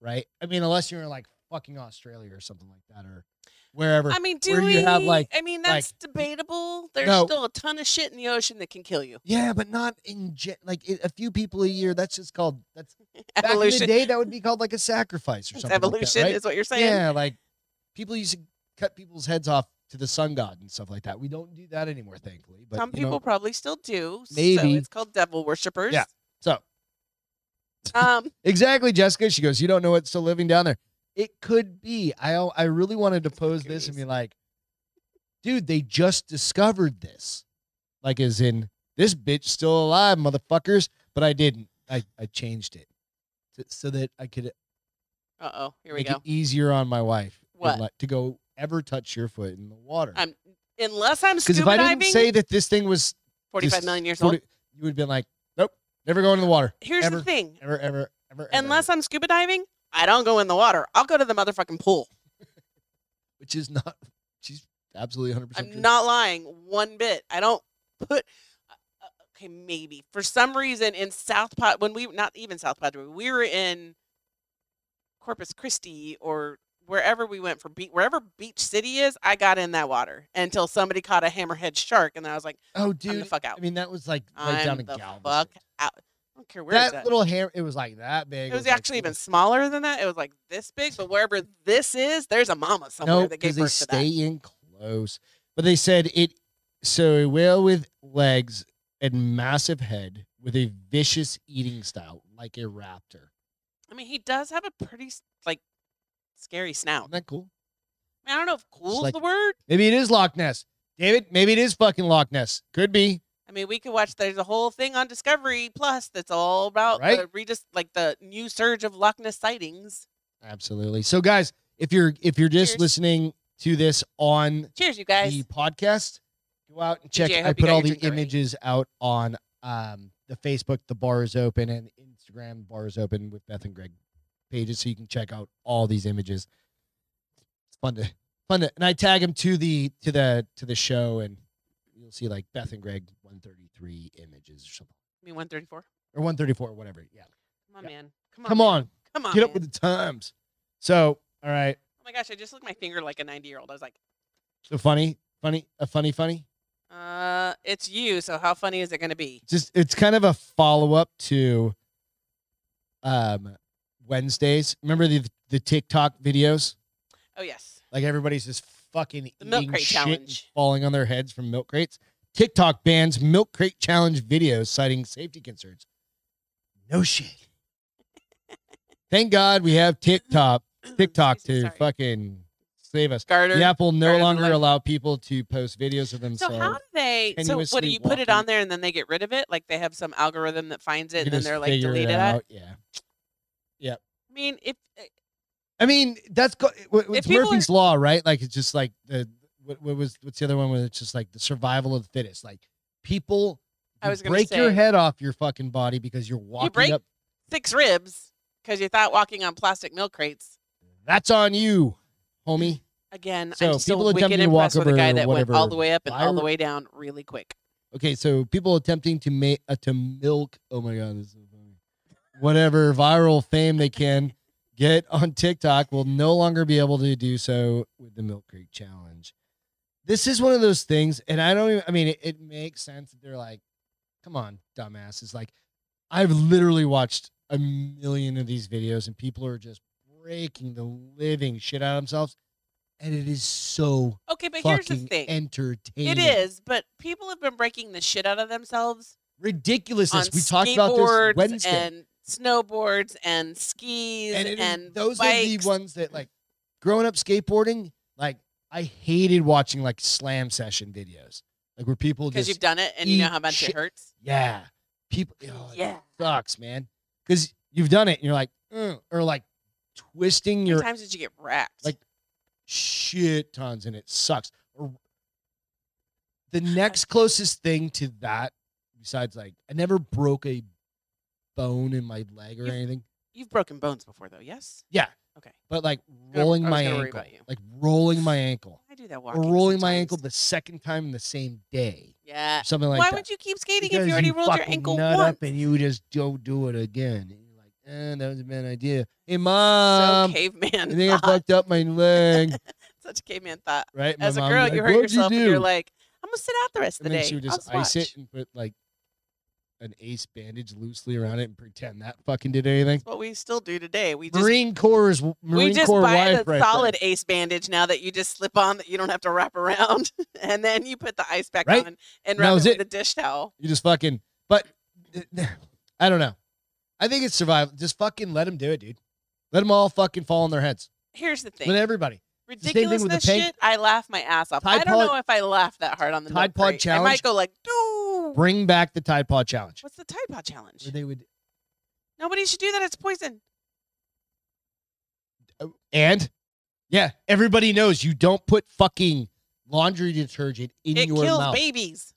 right? I mean, unless you're in like fucking Australia or something like that or wherever. I mean, do where we? you have, like- I mean, like- that's debatable. There's No. still a ton of shit in the ocean that can kill you. yeah, but not in ge- like it, a few people a year. That's just called that's back in the Evolution. day that would be called like a sacrifice or It's something. like that, evolution right? is what you're saying. Yeah, like people used to cut people's heads off to the sun god and stuff like that. We don't do that anymore, thankfully. But Some you know, people probably still do. So Maybe. it's called devil worshippers. Yeah. so Um, Exactly, Jessica. She goes, You don't know what's still living down there. It could be. I al- I really wanted to pose this and be like, dude, they just discovered this. Like as in this bitch still alive, motherfuckers. But I didn't. I, I changed it. So, so that I could uh oh, here we make go. it easier on my wife. and What? like- to go ever touch your foot in the water. I'm Unless I'm Because scuba if I didn't diving, say that this thing was 45 just million years 40 old. you would have been like, Nope, never going in the water. Here's ever. the thing. Ever, ever, ever. ever, Unless ever. I'm scuba diving, I don't go in the water. I'll go to the motherfucking pool. which is not she's absolutely 100% I'm true. not lying one bit. I don't put. uh, uh, Okay, maybe for some reason in South Pod when we not even South Padre, we were in Corpus Christi or wherever we went for beach, wherever Beach City is. I got in that water until somebody caught a hammerhead shark, and I was like, Oh, "I'm dude. the fuck out." I mean, that was like right I'm down in the Galveston. fuck out. I don't care where it's that at. little hair, it was like that big. It was like, actually even smaller than that. It was like this big, but wherever this is, there's a mama somewhere no, that because gave they birth to stay that. in close. But they said it. So a whale with legs and massive head with a vicious eating style, like a raptor. I mean, he does have a pretty s- like scary snout. Isn't that cool? I don't know if cool's like- the word. Maybe it is Loch Ness, David. Maybe it is fucking Loch Ness. Could be. I mean, we could watch. There's a whole thing on Discovery Plus that's all about Right. the redis- like the new surge of Loch Ness sightings. Absolutely. So guys, if you're if you're just Cheers. listening to this on Cheers, you guys. the podcast, go out and check. DJ, I hope I you put got all your the drink already. images out on um, the Facebook, the bar is open, and Instagram, bar is open with Beth and Greg pages, so you can check out all these images. It's fun to fun to, and I tag them to the to the to the show, and you'll see like Beth and Greg 133 images or something, I mean, 134. or 134, whatever. Yeah, Come on, Yeah. man. Come on. come man. on, Come on. get up man. with the times. So, all right, oh my gosh, I just looked my finger like a 90 year old. I was like, so funny, funny, a funny, funny. uh, it's you. So how funny is it going to be? just it's kind of a follow up to um Wednesdays. Remember the the TikTok videos? Oh yes. <clears throat> Like everybody's just fucking The milk eating crate shit and challenge. falling on their heads from milk crates. TikTok bans milk crate challenge videos citing safety concerns. <laughs> No shit. Thank God we have <laughs> TikTok TikTok Excuse me, to sorry. fucking save us. Garter. The Apple no Garter the longer life- allow people to post videos So of themselves. how do they? So what do continuously you put it walking. on there and then they get rid of it? Like they have some algorithm that finds You it can and then just they're like, figure delete it it. I out. Yeah. mean, if eh, I mean, that's co- it- it- it's people are- Murphy's law, right? Like it's just like the what, what was what's the other one where it's just like the survival of the fittest. Like people, I you was gonna break your say- head off your fucking body because you're walking break- up. six ribs because you thought walking on plastic milk crates That's on you, homie. again. So I'm still people attempt wicked to walk impressed with a over guy that went all whatever the way up and all the viral- way down really quick. Okay, so people attempting to make uh, to milk. Oh my god, this is so funny. Whatever viral fame they can get on TikTok will no longer be able to do so with the Milk Creek Challenge. This is one of those things, and I don't. Even, I mean, it, it makes sense that they're like, "Come on, dumbass!" It's like I've literally watched a million of these videos, and people are just breaking the living shit out of themselves, and it is so Okay, but here's the fucking thing. entertaining. It is, but people have been breaking the shit out of themselves on ridiculousness. We talked about skateboards this Wednesday, and snowboards and skis And and, it is- those are bikes. the ones that like growing up skateboarding. Like I hated watching like slam session videos, like where people because just you've done it and you know eat how much shit. it hurts. yeah, people oh, yeah Yeah. sucks man because you've done it and you're like "Mm," or like twisting How your many times did you get racked? like shit tons and it sucks. Or <sighs> the next closest thing to that, besides like I never broke a bone in my leg or You've- anything. You've broken bones before, though. Yes. Yeah. Okay. But like gonna- I rolling was my gonna worry ankle, about you. like rolling my ankle, I do that or walking. rolling my ankle sometimes. the second time in the same day, Yeah. or something like Why that. would you keep skating Because if you already rolled your fucking ankle nut once? up <laughs> and you just don't do it again. And you're like, eh, that was a bad idea. Hey mom, so caveman. I think I thought. fucked up my leg. <laughs> Such a caveman thought. Right, My As a mom girl, would be you like, hurt "What'd yourself, and do?" you're like, "I'm gonna sit out the rest of the and then day." she would I'll just ice watch." it and put like an ace bandage loosely around it and pretend that fucking did anything. That's what we still do today. We just Marine Corps is Marine we just Corps buy wife the right solid ace bandage now that you just slip on that you don't have to wrap around, <laughs> and then you put the ice back Right? on and That wrap was it, it. with a dish towel. You just fucking. But <sighs> I don't know. I think it's survival. Just fucking let them do it, dude. Let them all fucking fall on their heads. Here's the Let thing: everybody. the same thing with the ridiculousness pink- shit. I laugh my ass off. Tide I don't Pod- know if I laugh that hard on the Tide milk Pod crate. I challenge? might go like, "Doo." Bring back the Tide Pod challenge. What's the Tide Pod challenge? Where they would Nobody should do that. It's poison. and yeah, everybody knows you don't put fucking laundry detergent in it your kills mouth. babies.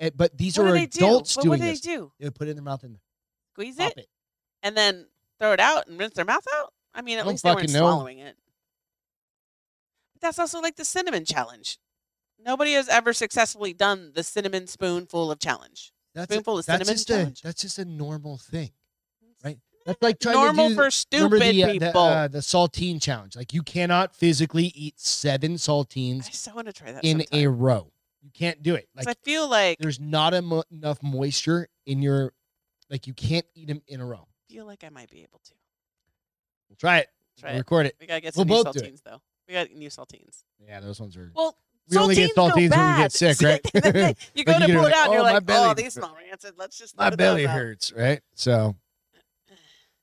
Eh, But these what are do they adults do? But doing what do this. they do? They would put it in their mouth and Squeeze pop it, it. and then throw it out and rinse their mouth out? I mean, I at don't least they weren't fucking know. swallowing it. But that's also like the cinnamon challenge. Nobody has ever successfully done the cinnamon spoonful of challenge. That's a, Spoonful of that's cinnamon just a, challenge. that's just a normal thing. right. That's like trying Normal to do for remember stupid the, uh, people. The, uh, the saltine challenge. Like you cannot physically eat seven I saltines so want to try that. in a sometime. row. You can't do it. 'Cause Like I feel like I there's not emo- enough moisture in your like you can't eat them in a row. feel like I might be able to. We'll try it. Try We'll it. record it. We gotta get We'll some new both do it. saltines though. We got new saltines. Yeah, those ones are. Well, We only get go saltines when we get bad. sick, <laughs> See, right? that's the thing. you go Like, to you pull get it out, like, and you're "Oh, my like, "Oh, belly these hurt." smell rancid. Let's just <laughs> My throw those belly out." hurts, right? So,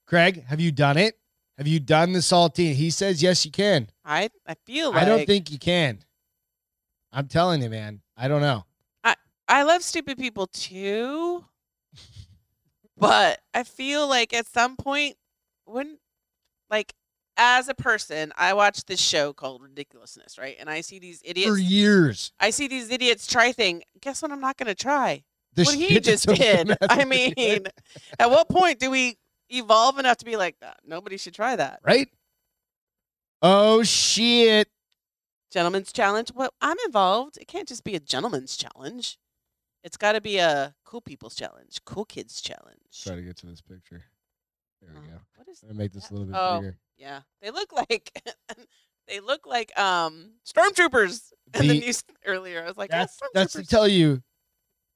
Craig, have you done it? Have you done the saltine? He says yes, you can. I I feel like I don't think you can. I'm telling you, man. I don't know. I- I love stupid people too. But I feel like at some point when like as a person, I watch this show called Ridiculousness, right? And I see these for idiots years. I see these idiots try thing. Guess what I'm not gonna try? The what he shit <laughs> that just Tony did. Matthews I mean, at what point do we evolve enough to be like, "Nah, nobody should try that? <laughs> right? Oh shit! Gentleman's challenge. Well, I'm involved. It can't just be a gentleman's challenge. It's got to be a cool people's challenge, cool kids challenge. Try to get to this picture. There we Uh, go. What is? I'm gonna make this a little bit Oh. <laughs> bigger. Yeah, they look like <laughs> they look like um stormtroopers <laughs> in the The- news earlier. I was like, That's oh, that's to stormtroopers." tell you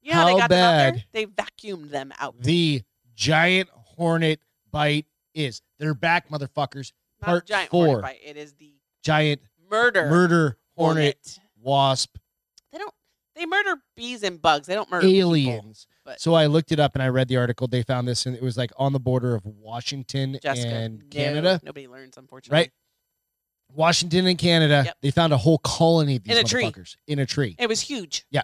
yeah, they how got them out there. bad. They vacuumed them out. the giant hornet bite is. They're back, motherfuckers. Not part giant four. hornet bite. It is the Giant murder murder hornet, hornet. wasp, They don't. They murder bees and bugs. They don't murder people. aliens. but- so I looked it up and I read the article. They found this and it was like on the border of Washington Jessica and no, Canada. Nobody learns, unfortunately. Right? Washington and Canada. Yep. They found a whole colony of these In a tree. motherfuckers in a tree. It was huge. Yeah.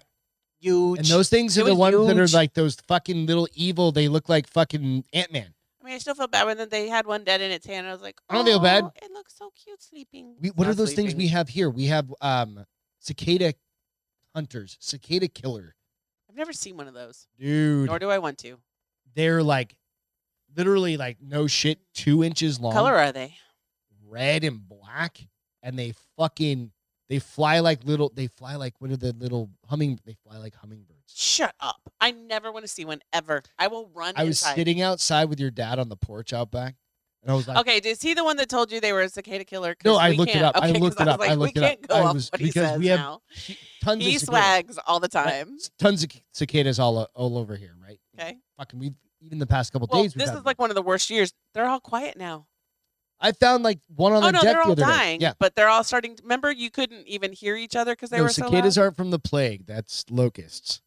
Huge. And those things It are the was ones that are huge. like those fucking little evil. They look like fucking Ant Man. I mean, I still feel bad when they had one dead in its hand. I was like, I don't feel bad. "Aw, It looks so cute sleeping. We, It's what are not those things sleeping. we have here? We have um cicada hunters, cicada killer, I've never seen one of those, dude. nor do I want to. They're like literally like no shit, two inches long, What Color are they? red and black, and they fucking they fly like little. They fly like what are the little humming? They fly like hummingbirds. Shut up! I never want to see one ever. I will run. I was inside. sitting outside with your dad on the porch out back, and I was like. Okay, is he the one that told you they were a cicada killer? 'Cause No, I we looked it can't- up. I Okay, 'cause looked it was up. I like, looked it we up. can't go I off was- what he because says we have now. Tons He of cicadas. swags all the Right. time. Tons of cicadas all all over here, right? Okay. Fucking we've even the past couple Well, days. we've this had is like one of the worst years. They're all quiet now. I found like one on oh the no, deck they're the all other dying. day. Yeah, but they're all starting. To, remember, you couldn't even hear each other because they no, were cicadas so loud. aren't from the plague. That's locusts.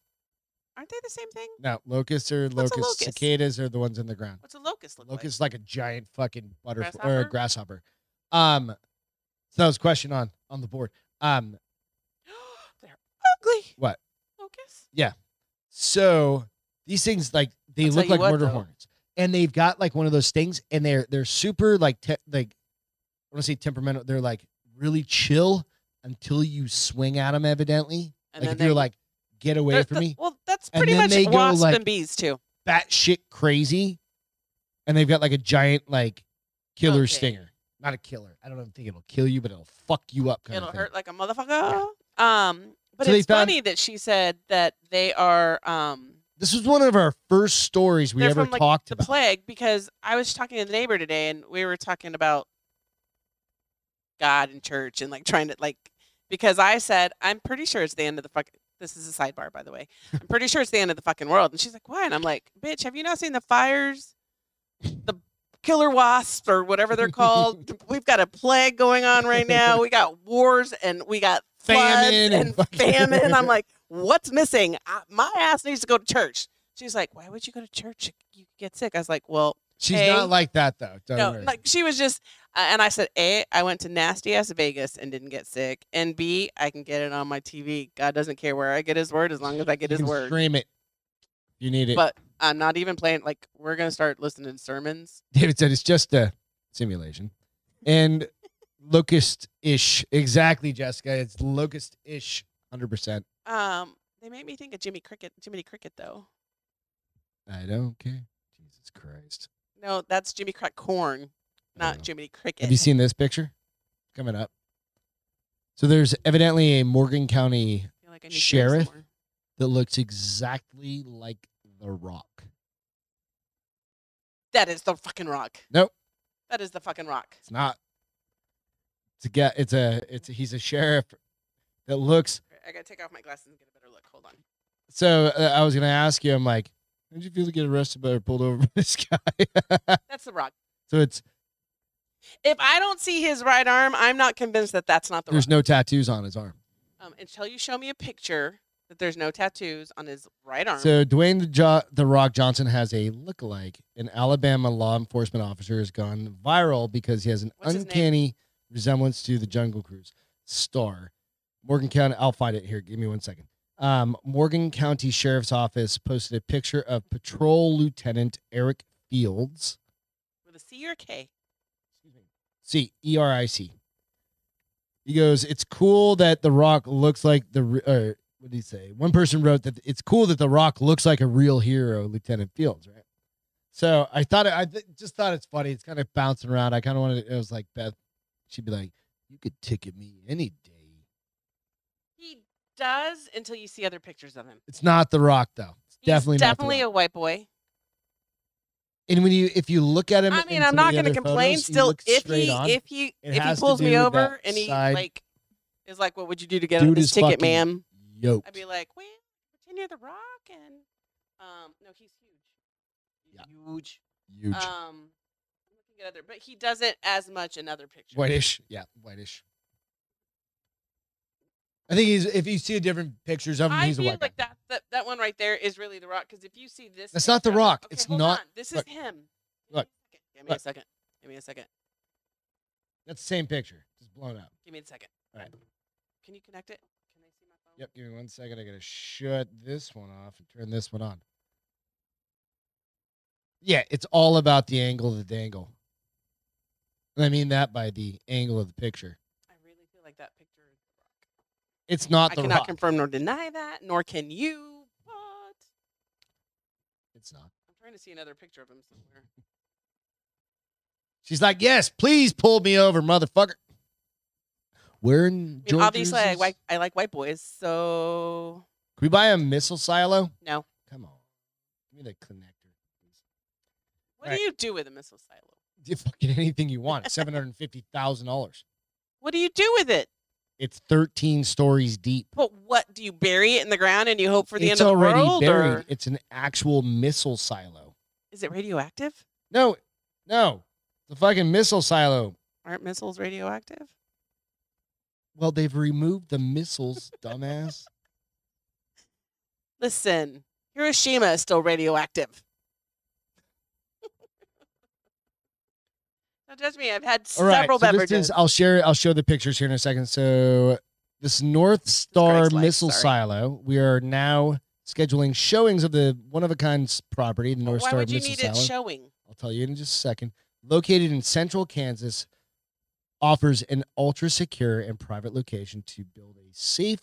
Aren't they the same thing? No, locusts are What's locusts. a locust? Cicadas are the ones in the ground. What's a locust look Locust is like a giant fucking butterfly or Grasshopper? a grasshopper. Um, so that was question on on the board. Um, like? <gasps> they're ugly. What? Locust. so these things like they I'll tell look you like what, murder though. hornets, and they've got like one of those things, and they're they're super like te- like I want to say temperamental. They're like really chill until you swing at them. Evidently, And like then if you're they- like get away they're- from th- <laughs> me, Well, that's And pretty then much they go, wasps like- and bees too. batshit crazy, and they've got like a giant like killer Okay. stinger. Not a killer. I don't even think it'll kill you, but it'll fuck you up. Kind It'll of thing. hurt like a motherfucker. Um, but So they it's found- funny that she said that they are um This was one of our first stories we They're ever from, like, talked the about. plague because I was talking to the neighbor today and we were talking about God and church and like trying to like because I said I'm pretty sure it's the end of the fuck. This is a sidebar, by the <laughs> way. I'm pretty sure it's the end of the fucking world. And she's like, "Why?" And I'm like, "Bitch, have you not seen the fires, the killer wasps or whatever <laughs> they're called? We've got a plague going on right now. We got wars and we got floods Famine and and fucking- famine. I'm <laughs> like, what's missing? I, my ass needs to go to church." She's like, "Why would you go to church? You get sick." I was like, "Well, She's Hey. not like that though. Don't no, worry. like she was just." Uh, and I said, "A, I went to nasty ass Vegas and didn't get sick, and B, I can get it on my TV. God doesn't care where I get His word as long as I get you His can word." Stream it. You need it. But I'm not even playing. Like we're gonna start listening to sermons. David said it's just a simulation, and locust ish. Exactly, Jessica. It's locust ish. Hundred percent. Um, they made me think of Jimmy Cricket, Jiminy Cricket though. I don't care. Jesus Christ. No, that's Jimmy Cricket corn, not Oh. Jiminy Cricket. Have you seen this picture? Coming up. So there's evidently a Morgan County I feel like I need to go Sheriff? somewhere. that looks exactly like The Rock. That is the fucking rock. Nope. That is the fucking rock. It's not. It's a guy. It's a. It's he's a sheriff that looks. I gotta take off my glasses and get a better look. Hold on. So uh, I was gonna ask you. I'm like, how did you feel to get arrested by or pulled over <laughs> by this guy? That's the rock. so it's If I don't see his right arm, I'm not convinced that that's not the there's rock. no tattoos on his arm. um, until you show me a picture that there's no tattoos on his right arm. So Dwayne the, jo- the Rock Johnson has a lookalike. An Alabama law enforcement officer has gone viral because he has an What's his name? uncanny resemblance to the Jungle Cruise star. Morgan County. I'll find it here. Give me one second. Um, Morgan County Sheriff's Office posted a picture of Patrol Lieutenant Eric Fields. With a C or a K? C E R I C. He goes, "It's cool that The Rock looks like the." re- Or, what did he say? One person wrote that it's cool that The Rock looks like a real hero, Lieutenant Fields, right? So I thought I th- just thought it's funny. It's kind of bouncing around. I kind of wanted. It was like Beth. She'd be like, "You could ticket me any day." He does until you see other pictures of him. It's not The Rock though. It's He's definitely not The definitely Rock. a white boy. And when you if you look at him, I in mean, some I'm of not the going to other complain. photos, you Still, look if straight he on, if he It if he has to pulls do me with over that and he side- like is like, "What would you do to get dude this is ticket, fucking ma'am?" yoked. I'd be like, "Well, Virginia the Rock and um, no, he's huge, Yeah. huge. Huge. Um, I'm looking at other, but he doesn't as much in other pictures. Whitish. Yeah, whitish. I think he's if you see different pictures of him, I he's a feel white like guy. that, that that one right there is really the Rock because if you see this, That's not The picture, I'm like, Rock. Okay, It's hold not- on, This is look. him. Give me a Look. second. Give me a Look. second. Give me a second. That's the same picture, just blown up. Give me a second. All right. Can you connect it? Can they see my phone? Yep. Give me one second. I gotta shut this one off and turn this one on. Yeah, it's all about the angle of the dangle. And I mean that by the angle of the picture. I really feel like that picture is The Rock. It's not I the cannot rock. confirm nor deny that, nor can you. But it's not. I'm trying to see another picture of him somewhere. She's like, yes, please pull me over, motherfucker. We're in I mean, Georgia. obviously, I like I like white boys, so Can we buy a missile silo? No. Come on. Give me the connector. <laughs> please. what Right. do you do with a missile silo? You fucking anything you want. Seven hundred and fifty thousand dollars. What do you do with it? It's thirteen stories deep. But what do you bury it in the ground and you hope for the it's end of the already world, buried. or It's an actual missile silo. is it radioactive? No, no. The fucking missile silo. Aren't missiles radioactive? Well, they've removed <laughs> the missiles, dumbass. Listen, Hiroshima is still radioactive. <laughs> Don't judge me. I've had All right. several so this beverages. is, I'll share. I'll show the pictures here in a second. So this North Star Greg's life, missile sorry. silo. We are now scheduling showings of the one of a kind property, the But North Why Star would you missile need silo. it showing? I'll tell you in just a second. Located in central Kansas, offers an ultra secure and private location to build a safe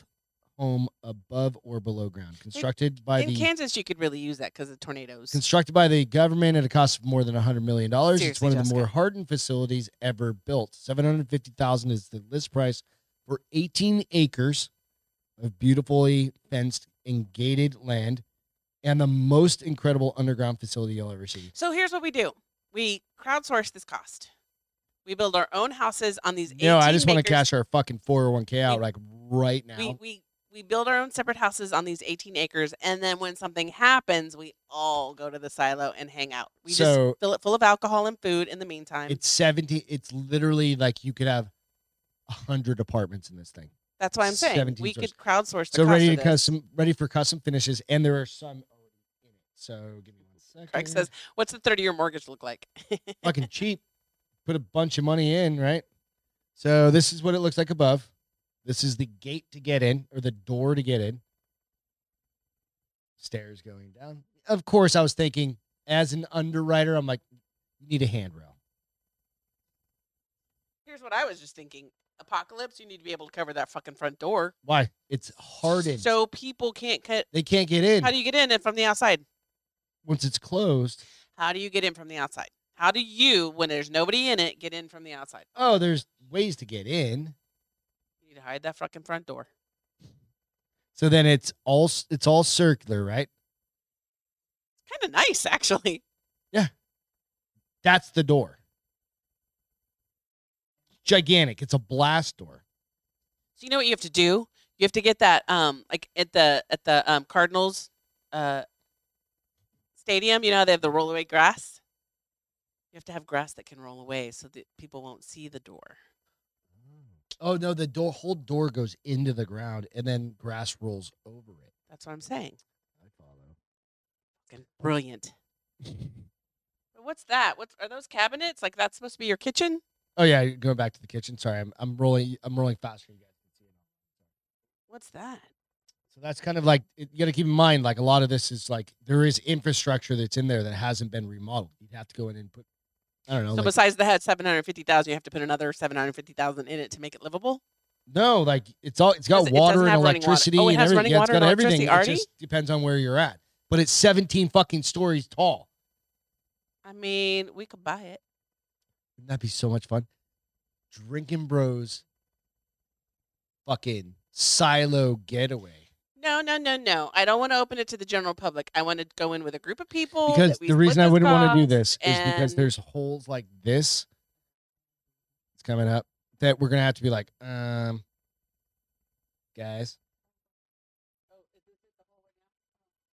home above or below ground. Constructed by In the Kansas, you could really use that because of tornadoes. constructed by the government at a cost of more than $100 million. it's Seriously, one of Jessica. the more hardened facilities ever built. 750000 is the list price for 18 acres of beautifully fenced and gated land and the most incredible underground facility you'll ever see. so here's what we do: we crowdsource this cost. We build our own houses on these. No, I 18 just want to acres. cash our fucking 401k out We- like right now. We we we build our own separate houses on these 18 acres, and then when something happens, we all go to the silo and hang out. We So- just fill it full of alcohol and food in the meantime. it's 70 it's literally like you could have 100 apartments in this thing. That's why I'm saying 17 we stores. could crowdsource. The So cost ready of to this. custom ready for custom finishes and there are some already in it. So give me one second. Craig says, <laughs> "What's the 30-year mortgage look like?" <laughs> fucking cheap. Put a bunch of money in, right? So this is what it looks like above. This is the gate to get in or the door to get in. Stairs going down. Of course, I was thinking as an underwriter, I'm like, you need a handrail. Here's what I was just thinking: apocalypse. You need to be able to cover that fucking front door, Why? It's hardened. So so people can't cut. they can't get in How do you get in it from the outside? once it's closed. How do you get in from the outside? How do you, when there's nobody in it, get in from the outside? Oh, there's ways to get in. You need to hide that fucking front door. So then it's all s- it's all circular, right? Kind of nice, <laughs> actually. That's the door. Gigantic. It's a blast door. So you know what you have to do? You have to get that um like at the at the um Cardinals uh stadium, you know how they have the roll away grass? You have to have grass that can roll away so that people won't see the door. Oh no, the door whole door goes into the ground and then grass rolls over it. That's what I'm saying. I follow. Fucking brilliant. But what's that? What's are those cabinets? Like that's supposed to be your kitchen? <laughs> oh yeah, going back to the kitchen. Sorry, I'm I'm rolling I'm rolling faster. than You guys can see it. What's that? So that's kind of like it- you got to keep in mind. Like a lot of this is like there is infrastructure that's in there that hasn't been remodeled. You'd have to go in and put. I don't know. So like- besides the head seven hundred fifty thousand, you have to put another seven hundred fifty thousand in it to make it livable. no, like it's all it's got Does it- it water doesn't and have running water. electricity Oh, it and has everything. running yeah, water it's got and everything. It electricity just depends on where you're at. But it's 17 fucking stories tall. I mean, we could buy it. Wouldn't that be so much fun? Drinking bros. Fucking silo getaway. No, no, no, no. I don't want to open it to the general public. I want to go in with a group of people. Because that we the split reason I those wouldn't want to do costs. this is because and- there's holes like this. It's coming up that we're gonna have to be like, um, guys.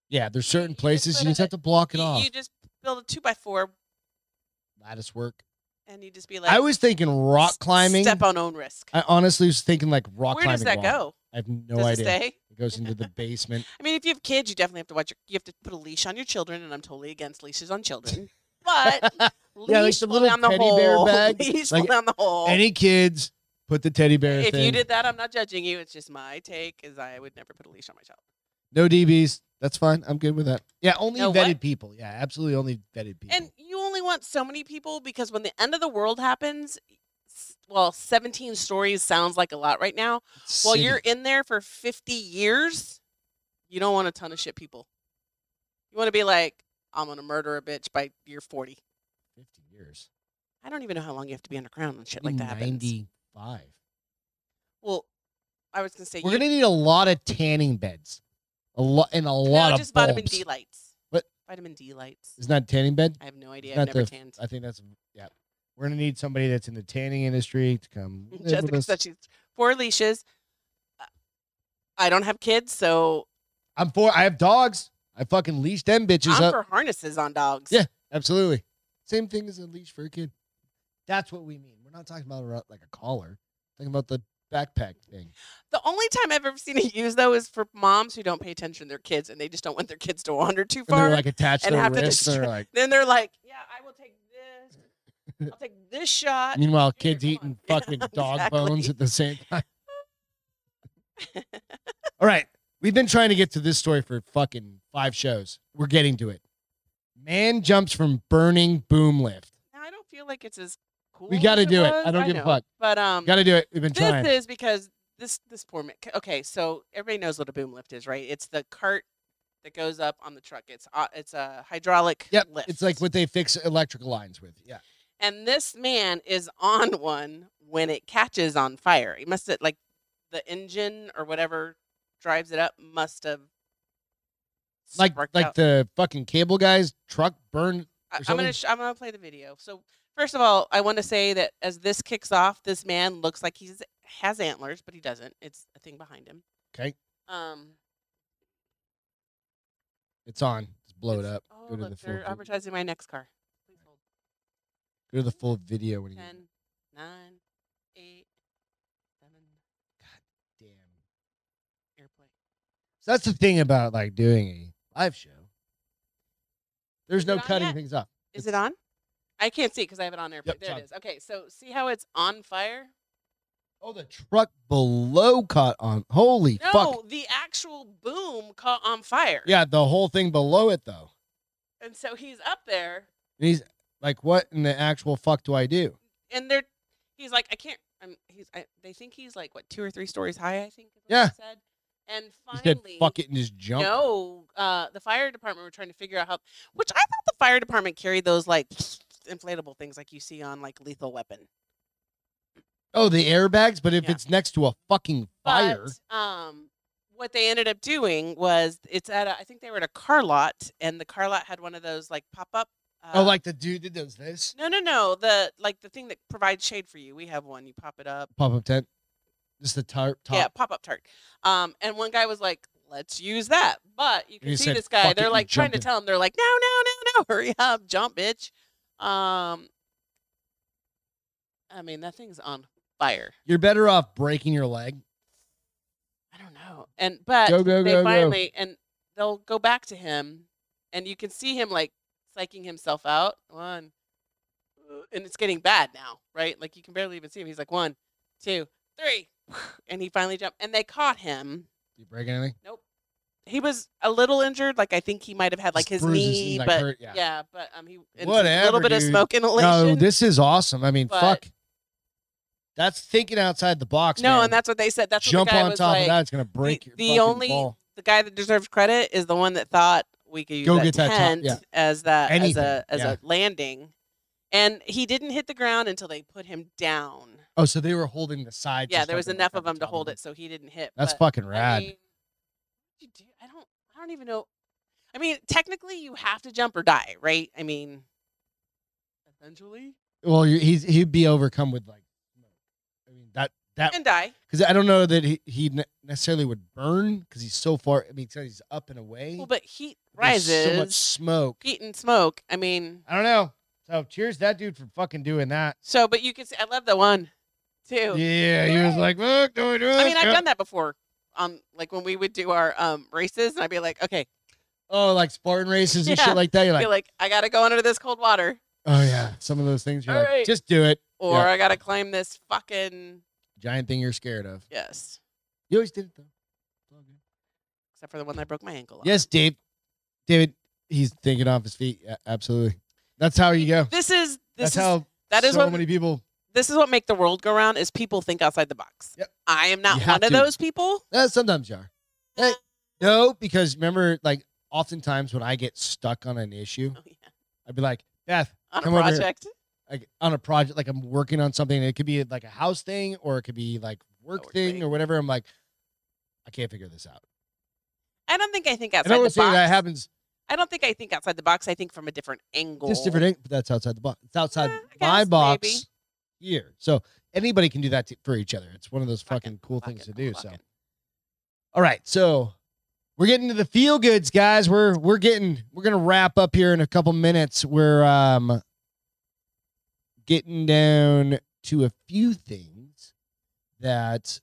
Yeah, there's certain you just places put you just a- have to block it You, off. you just build a two by four, Lattice work. and you just be like, I was thinking rock s- climbing. Step on own risk. I honestly was thinking like rock Where does climbing. that wall. go? I have no does idea. it stay? It goes into the <laughs> basement. I mean, if you have kids, you definitely have to watch. Your, you have to put a leash on your children, and I'm totally against leashes on <laughs> children. But leash Yeah, like the will little down the teddy <laughs> bear hole. bag, Leash like, will down the hole. <laughs> Any kids put the teddy bear if thing. you did that, I'm not judging you. It's just my take is I would never put a leash on my child. no DBs. That's fine. I'm good with that. Yeah, only No vetted what? people. Yeah, absolutely only vetted people. And you only want so many people because when the end of the world happens, s- well, 17 stories sounds like a lot right now. While City. you're in there for 50 years, you don't want a ton of shit people. You want to be like, I'm going to murder a bitch by year 40. 50 years. I don't even know how long you have to be underground and shit Maybe like that happens. 95. Well, I was going to say, We're you, going to need a lot of tanning beds. A lot and a no, lot of just bulbs. vitamin D lights. What? Vitamin D lights. Isn't that a tanning bed? I have no idea. It's I've not never the- tanned. I think that's yeah. We're going to need somebody that's in the tanning industry to come <laughs> live with Mm, Jessica us. said she's four leashes. Uh, I don't have kids, so I'm for I have dogs. I fucking leash them bitches I'm up. for harnesses on dogs. Yeah. Absolutely. Same thing as a leash for a kid. That's what we mean. We're not talking about a- like a collar. Talking about the backpack thing. The only time I've ever seen it used though is for moms who don't pay attention to their kids and they just don't want their kids to wander too And far. they're like attached and to their have to <laughs> wrists. and they're like then they're like, "Yeah, I will take this. I'll take this <laughs> shot." <laughs> meanwhile, Here, kids come eating on. Yeah, fucking dog exactly. bones at the same time. <laughs> All right. We've been trying to get to this story for fucking five shows. We're getting to it. Man jumps from burning boom lift. Now I don't feel like it's as cool. We gotta as do it. was. I don't give a know. fuck. But um, Gotta do it. We've been this trying. is because this this poor man. Okay, so everybody knows what a boom lift is, right? It's the cart that goes up on the truck. It's uh, it's a hydraulic Yep. lift. It's like what they fix electrical lines with. Yeah. and this man is on <laughs> one when it catches on fire. He must have like the engine or whatever drives it up must have Like sparked like out. the fucking cable guy's truck burned. I- or I'm gonna something? sh- I'm gonna play the video. So first of all, I want to say that as this kicks off, this man looks like he's has antlers, but he doesn't. It's a thing behind him. Okay. Um, It's on. Just blow it it's- up. Oh, Go to look, the full. they're vi- advertising my next car. Please hold. Go to the full video when you get Ten, nine, eight, seven. it. damn. Airplane. So that's the thing about like doing a live show. There's Is no it on cutting yet? things up. Is It's- it on? I can't see because I have it on airplane. Yep, it's there on. it is. Okay, so see how it's on fire? Oh, the truck below caught on. Holy No, fuck! the actual boom caught on fire. Yeah, the whole thing below it though. And so he's up there And he's like, "What in the actual fuck do I do?" and they're he's like I can't I'm he's I, they think he's like what two or three stories high I think is what they Yeah. said and He finally said, "Fuck it," and just jump. no uh the fire department were trying to figure out how which I thought the fire department carried those like <sniffs> inflatable things like you see on like Lethal Weapon Oh, the airbags. But if Yeah. it's next to a fucking fire, But, um, what they ended up doing was it's at a, I think they were at a car lot, and the car lot had one of those like pop up. Uh, oh, like the dude that does this no, no, no, the like the thing that provides shade for you. We have one. You pop it up. pop up tent, just the tarp top. Yeah, pop up tart. Um, and one guy was like, "Let's use that," but you can he see said, this guy. "Fuck it," They're and like trying jumped to in. tell him. They're like, "No, no, <laughs> no, no! Hurry up, jump, bitch!" Um, I mean that thing's on fire. You're better off breaking your leg. I don't know. And but Go, go, they go, go. finally and they'll go back to him and you can see him like psyching himself out. One. uh, And it's getting bad now, right? Like you can barely even see him. He's like <sighs> one, two, three, and he finally jumped. And they caught him. You break anything? Nope. he was a little injured. Like I think he might have had like his bruises and, knee, like, but hurt, yeah. yeah. but um, he and a Whatever, little bit of dude. smoke inhalation. No, this is awesome. I mean, But- fuck. That's thinking outside the box. No, man. and that's what they said. That's jump what the guy on was top like, of that. It's gonna break your the fucking only- ball. The guy that deserves credit is the one that thought we could use Go that get that top, tent yeah. as that Anything, as a as yeah. a landing, and he didn't hit the ground until they put him down. Oh, so they were holding the side. yeah, just there was like enough on of them to top hold it, so he didn't hit. That's but- fucking rad. I, mean, you do, I don't. I don't even know. I mean, technically, you have to jump or die, right? I mean, essentially, well, you- he's he'd be overcome with like, I mean that that and die. because I don't know that he he ne- necessarily would burn because he's so far. I mean, 'cause he's up and away. Well, but heat There's rises, so much smoke. heat and smoke. I mean, I don't know. So cheers, to that dude for fucking doing that. so but you can. See, I love the one, too. Yeah, he was Woo! like, look, do it, I mean, I've done that before. Um, like when we would do our um races, and I'd be like, okay, Oh, like Spartan races and Yeah. shit like that. You're I like, feel like I gotta go under this cold water, oh yeah, some of those things. You're All like, right. just do it. or Yeah. I gotta climb this fucking Giant thing you're scared of. yes. You always did it though. It's all good. Except for the one that I broke my ankle. on. Yes, Dave. David, he's thinking off his feet. Yeah, absolutely. That's how you go. This is this That's is how that is so what many people. this is what make the world go round is people think outside the box. Yep. I am You not have one of to. those people. Uh, sometimes you are. Eh, no, because remember, like oftentimes when I get stuck on an issue, Oh, yeah. I'd be like, Beth, On a Come over here. project. like on a project, like I'm working on something. and It could be like a house thing, or it could be like work, Work thing, thing. or whatever. I'm like, I can't figure this out. I don't think I think And I outside the would box. say that happens I don't think I think outside the box. I think from a different angle. just different, ink, but that's outside the box. It's outside Eh, I my guess, box maybe. here. So anybody can do that to, for each other. It's one of those Fuck it, fucking cool fuck things it, to do. fuck So. it. All right, so we're getting to the feel goods, guys. We're we're getting we're gonna wrap up here in a couple minutes. We're um getting down to a few things that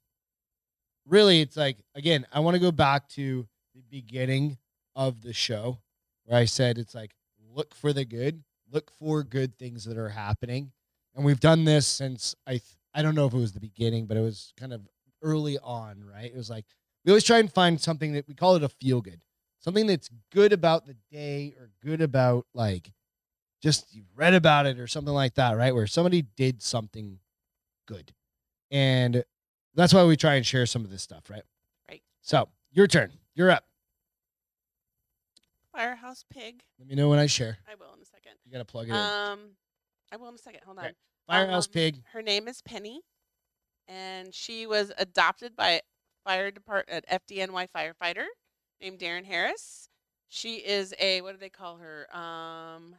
really it's like again, I want to go back to the beginning of the show where I said it's like look for the good, look for good things that are happening. And we've done this since I th- I don't know if it was the beginning, but it was kind of early on, right? It was like we always try and find something that we call it a feel good, something that's good about the day or good about like just you read about it or something like that, right? Where somebody did something good. And that's why we try and share some of this stuff, right? Right. So your turn. You're up. Firehouse pig. Let me know when I share. I will in a second. You got to plug it in. Um, I will in a second. Hold on. Okay. Firehouse um, pig. Her name is Penny, and she was adopted by fire department FDNY firefighter named Darren Harris. She is a what do they call her? Um,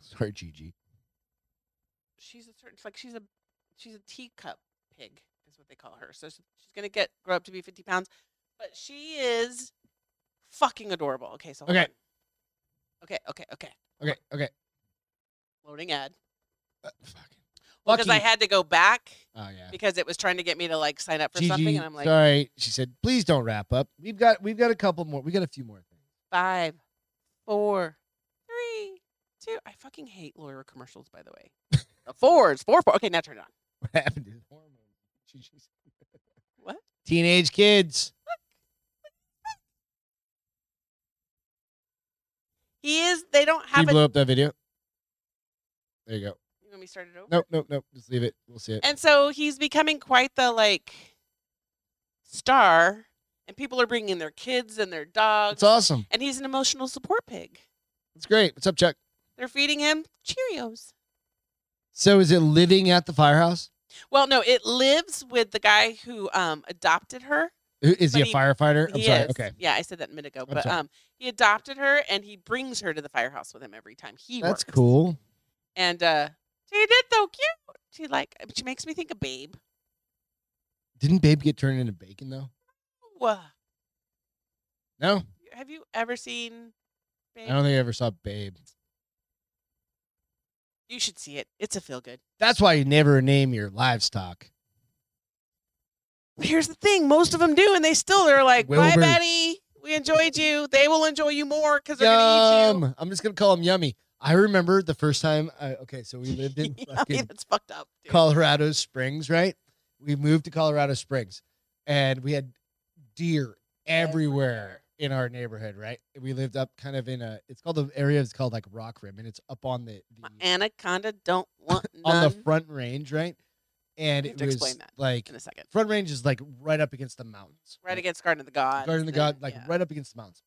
Sorry, Gigi. she's a certain it's like she's a she's a teacup pig is what they call her. So she- she's gonna get grow up to be fifty pounds, but she is fucking adorable. Okay, so hold Okay. on. okay, okay, okay. Okay. Okay. Loading ad Uh, fuck. because I Lucky- had to go back Oh yeah. because it was trying to get me to like sign up for Gigi, something, and I'm like sorry. She said, please don't wrap up. We've got we've got a couple more. We got a few more things. <laughs> five, four, three, two. I fucking hate lawyer commercials, by the way. the <laughs> fours, four, four. Okay, now turn it on. What happened to the hormones? Gigi's- What? Teenage kids. He is. They don't Can have you a. blow up that video? There you go. You want me to start it over? Nope, nope, nope. Just leave it. We'll see it. And so he's becoming quite the like star, and people are bringing their kids and their dogs. It's awesome. And he's an emotional support pig. It's great. What's up, Chuck? They're feeding him Cheerios. So is it living at the firehouse? Well, no, it lives with the guy who um, adopted her. Who- Is he a But he- firefighter? I'm he sorry. is. Okay. Yeah, I said that a minute ago, I'm but sorry. um, he adopted her and he brings her to the firehouse with him every time he works. That's cool. And uh, she did so cute. She like she makes me think of Babe. Didn't Babe get turned into bacon though? Whoa. No? uh, Have you ever seen I Babe? don't think I ever saw Babe. You should see it. It's a feel good. That's why you never name your livestock. Here's the thing: most of them do, and they still are like, "Bye, Wilbur. Betty. We enjoyed you. They will enjoy you more because they're <laughs> gonna eat Yum. I'm just gonna call him yummy. I remember the first time I okay, so we lived in <laughs> you." I mean, fucking that's fucked up. dude. Colorado Springs, right? We moved to Colorado Springs and we had deer everywhere in our neighborhood, right? We lived up kind of in a it's called the area is called like Rock Rim and it's up on the, My the anaconda don't want none. on the front range, right? And You it um, have to was explain that like in a second. front range is like right up against the mountains. Right against Garden of the Gods. Garden of the and- God, like yeah. right up against the mountains.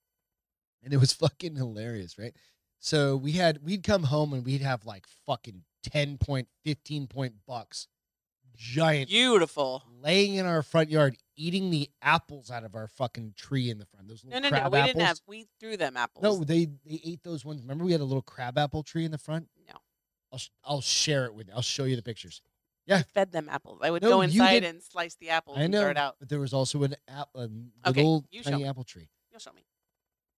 And it was <laughs> fucking hilarious, right? So we had we'd come home and we'd have like fucking 10 point, 15 point bucks, giant Beautiful. laying in our front yard, eating the apples out of our fucking tree in the front. Those No, little no, no. crab We apples. didn't have. We threw them apples. No, they they ate those ones. Remember, we had a little crab apple tree in the front. No. I'll sh- I'll share it with you. I'll show you the pictures. I fed them apples. I would No, go you inside did- and slice the apples I and know, throw it out. but there was also an app, a Okay, little you show tiny me. apple tree. You'll show me.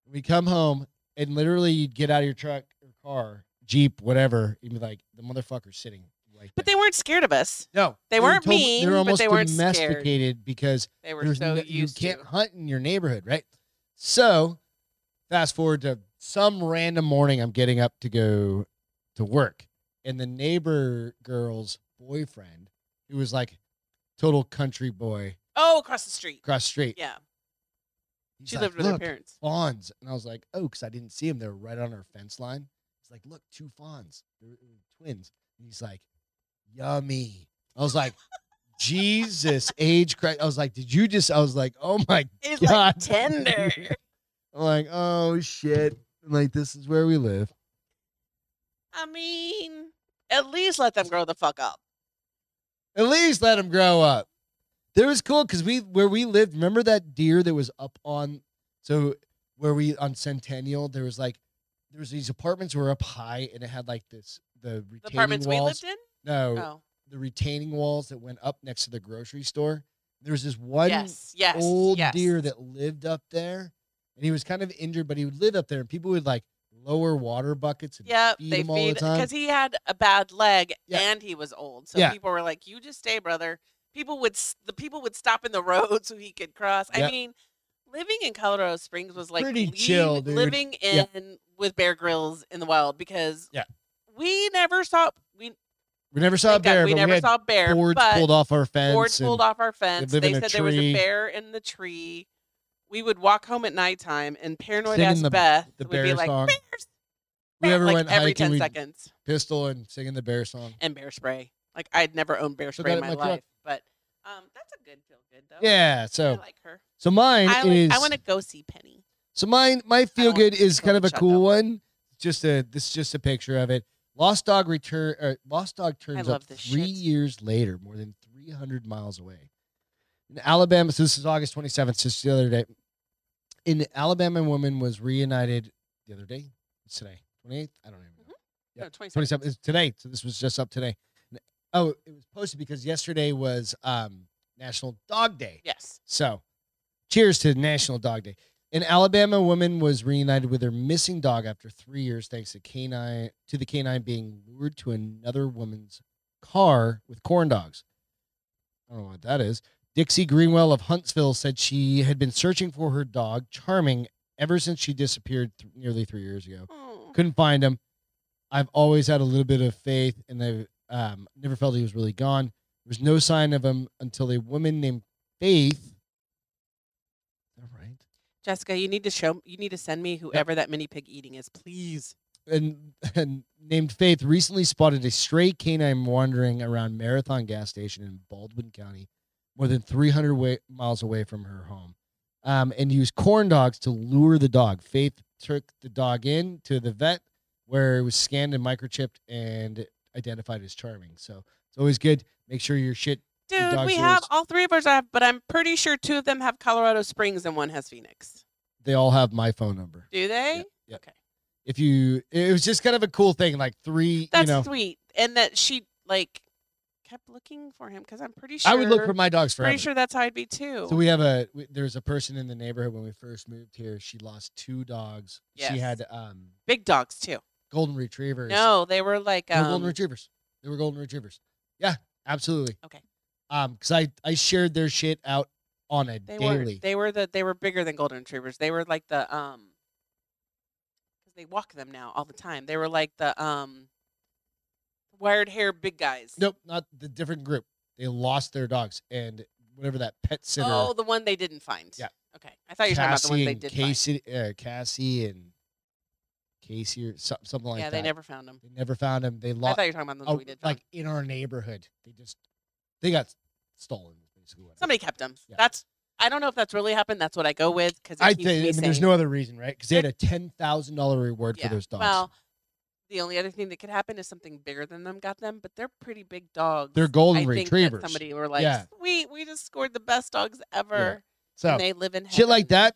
We come home and literally you'd get out of your truck or car, jeep, whatever. You'd be like, the motherfucker's sitting right. But there." they weren't scared of us. no, they weren't told- mean, They were but almost they weren't scared. domesticated because They were there's so no- you used can't to. hunt in your neighborhood, right? So, fast forward to some random morning, I'm getting up to go to work, and the neighbor girl's boyfriend, who was like total country boy Oh, across the street. across the street, Yeah, he's she like, lived with "Look, her parents. Fawns, and I was like, oh, because I didn't see him. They were right on our fence line. He's like, look, two fawns, they were- they were twins. And he's like, yummy. I <laughs> was like. Jesus, age Christ. I was like, did you just? I was like, oh my It's God. like tender. <laughs> I'm like, oh shit. I'm like, this is where we live. I mean, at least let them grow the fuck up. At least let him grow up. There was cool because we where we lived, remember that deer that was up on so where we on Centennial, there was like there was these apartments were up high and it had like this the retaining The apartments we walls. lived in. No, Oh, the retaining walls that went up next to the grocery store. There was this one yes, yes, old yes. deer that lived up there and he was kind of injured, but he would live up there and people would like lower water buckets and Yep, feed they him all the feed time. because he had a bad leg Yeah. and he was old. So Yeah. people were like, "You just stay, brother." People would s- the people would stop in the <laughs> road so he could cross. I Yep. mean, living in Colorado Springs was like Pretty leave- chill, dude. Living Yeah. in with Bear Grylls in the wild because Yeah. we never saw we We never saw a thank God bear, we but never we had saw a bear. boards but pulled off our fence. boards and pulled off our fence. live They in a said there was tree. a bear in the tree. We would walk home at nighttime, and paranoid Singing ass the- Beth the would be bear like, song. "Bears, We bear," ever like went every hiking, ten we'd seconds pistol and singing the bear song. and bear spray. Like I'd never owned bear Still spray got in it my in my life, truck. but um, that's a good feel good though. Yeah, I so like her. so mine I, is like, I want to go see Penny. so mine my feel don't good want is to kind of a shut cool up. one. Just a this is just a picture of it. Lost dog return. Uh, Lost dog turns up love this three shit. years later, more than three hundred miles away. In Alabama, so this is August twenty seventh, just the other day. An Alabama woman was reunited the other day. It's today, twenty eighth. I don't even know. Yeah, No, 27. 27 is today. So this was just up today. N- Oh, it was posted because yesterday was um, National Dog Day. Yes. So cheers to National Dog Day. An Alabama woman was reunited with her missing dog after three years thanks to canine to the canine being lured to another woman's car with corn dogs. I don't know what that is. Dixie Greenwell of Huntsville said she had been searching for her dog, Charming, ever since she disappeared th- nearly three years ago Oh. couldn't find him. I've always had a little bit of faith, and I um, never felt he was really gone. There was no sign of him until a woman named Faith. All right. Jessica, you need to show. You need to send me whoever that mini pig eating is, please. And, and named Faith recently spotted a stray canine wandering around Marathon gas station in Baldwin County, more than 300 wa- miles away from her home, um, and used corn dogs to lure the dog. Faith took the dog in to the vet where it was scanned and microchipped and identified as charming. So it's always good. Make sure your shit. Dude, dog's we yours. have all three of ours. I have, but I'm pretty sure two of them have Colorado Springs and one has Phoenix. They all have my phone number. Do they? Yep. Okay. If you, it was just kind of a cool thing. Like three, That's you know, sweet, and that she like kept looking for him because I'm pretty sure I would look for my dogs forever. pretty sure that's how I'd be too. So we have a we, there's a person in the neighborhood when we first moved here. She lost two dogs. She Yes. had um Big dogs too. golden retrievers. No, they were like They were um, golden retrievers. They were golden retrievers. Yeah, absolutely. Okay. Um, because I I shared their shit out on a They were daily. they were the they were bigger than golden retrievers. They were like the um because they walk them now all the time. They were like the um wired hair big guys. nope, not the different group. They lost their dogs and whatever that pet sitter. Oh, the one they didn't find. Yeah. Okay, I thought you were talking about the ones they Cassie and did. find. Casey, uh, Cassie and Casey or so, something like yeah, that. they never found them. they never found him. They I lost thought you were talking about the ones we did. find. Oh, like in our neighborhood. They just they got stolen. is Basically, what happened. Somebody kept them. Yeah. That's. I don't know if that's really happened. That's what I go with because I keeps me think I mean, there's sane. no other reason, right? Because they had a ten thousand dollar reward Yeah. for those dogs. Well, the only other thing that could happen is something bigger than them got them, but they're pretty big dogs. They're golden I think that retrievers. somebody were like, Yeah. "Sweet, we just scored the best dogs ever, so and they live in heaven. shit like that,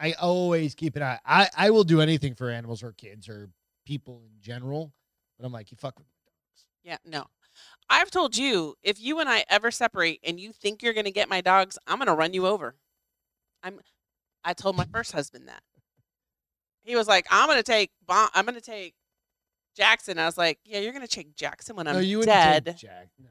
I always keep an eye. I I will do anything for animals or kids or people in general, but I'm like, you fuck with me. Yeah, no. I've told you if you and I ever separate and you think you're going to get my dogs, I'm going to run you over. I'm I told my first husband that. He was like, "I'm going to take Bon- I'm going to take Jackson." I was like, "Yeah, you're going to take Jackson when I'm no, you wouldn't dead. take Jack. No.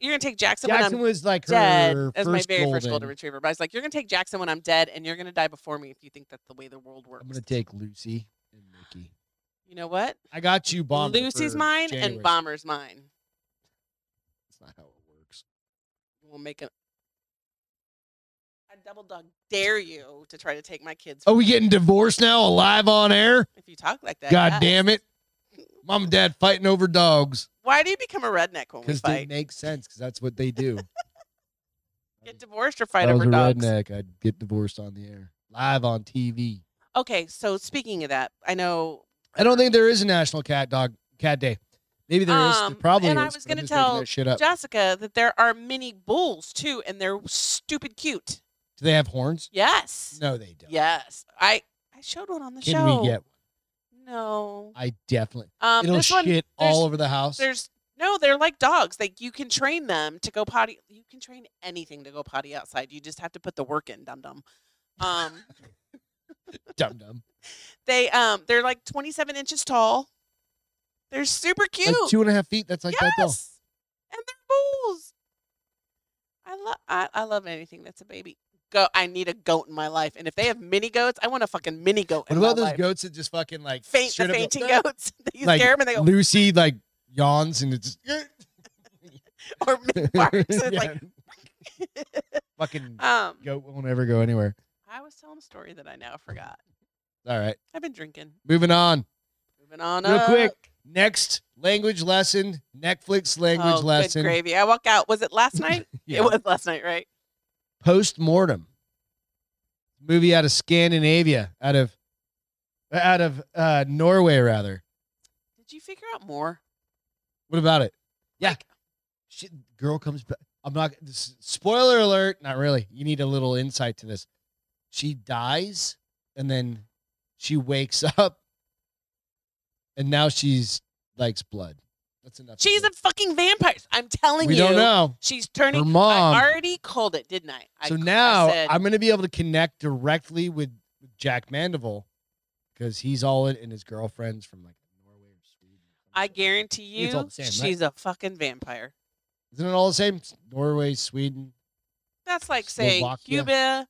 you're going to take Jackson, when I'm Jackson was like her dead as first my very golden. first golden retriever. But I was like, you're gonna take Jackson when I'm dead, and you're gonna die before me if you think that's the way the world works. I'm gonna take Lucy and Mickey. You know what? I got you, bomber. Lucy's for mine January. and Bomber's mine. That's not how it works. We'll make it. I double dog dare you to try to take my kids. Are from we me. getting divorced now? Alive on air? If you talk like that, God yes. damn it! Mom and dad fighting over dogs Why do you become a redneck when we because they fight? make sense because that's what they do. Get divorced or <laughs> If fight I was over a dogs? redneck, I'd get divorced on the air, live on TV. Okay, so speaking of that, I know I don't think there is a national cat dog cat day. Maybe there is. There Um, probably and I is, was but I'm gonna just making tell that shit up. Jessica that there are mini bulls too, and they're stupid cute. Do they have horns? Yes. No, they don't. Yes, I I showed one on the Can show. we get? no? I definitely. Um, it'll this one, shit there's- all over the house. there's no, they're like dogs. Like you can train them to go potty. You can train anything to go potty outside. You just have to put the work in, dum dum. <laughs> Um, Dum dum. they um, they're like 27 inches tall. They're super cute. Like two and a half feet. That's like that though. yes, and they're bulls. I love I, I love anything that's a baby. Go. I need a goat in my life, and if they have mini goats, I want a fucking mini goat. What in about my those life. goats that just fucking like faint straight the up go, fainting "Ah," goats. <laughs> you Like, scare them and they go Lucy like yawns and it's eh, or mid <laughs> barks. It's Yeah. like fucking um goat won't ever go anywhere. I was telling a story that I now forgot. All right, I've been drinking. moving on. Moving on Real up. quick, Next language lesson, Netflix language oh, lesson. Good gravy. I walk out. Was it <laughs> last night? Yeah. It was last night, right? Post mortem. Movie out of Scandinavia, out of out of uh, Norway rather. Did you figure out more? What about it? Yeah. Like- She, girl comes back. I'm not. This, spoiler alert. Not really. You need a little insight to this. She dies, and then she wakes <laughs> up, and now she's likes blood. That's enough. She's a fucking vampire. I'm telling We you. don't know. She's turning Her mom. I already called it, didn't I? I so c- I now said, I'm going to be able to connect directly with Jack Mandeville because he's all in, and his girlfriend's from like Norway or Sweden. I guarantee It's all you the same, right? she's a fucking vampire. Isn't it all the same? Norway, Sweden. That's like saying Slovakia. Cuba,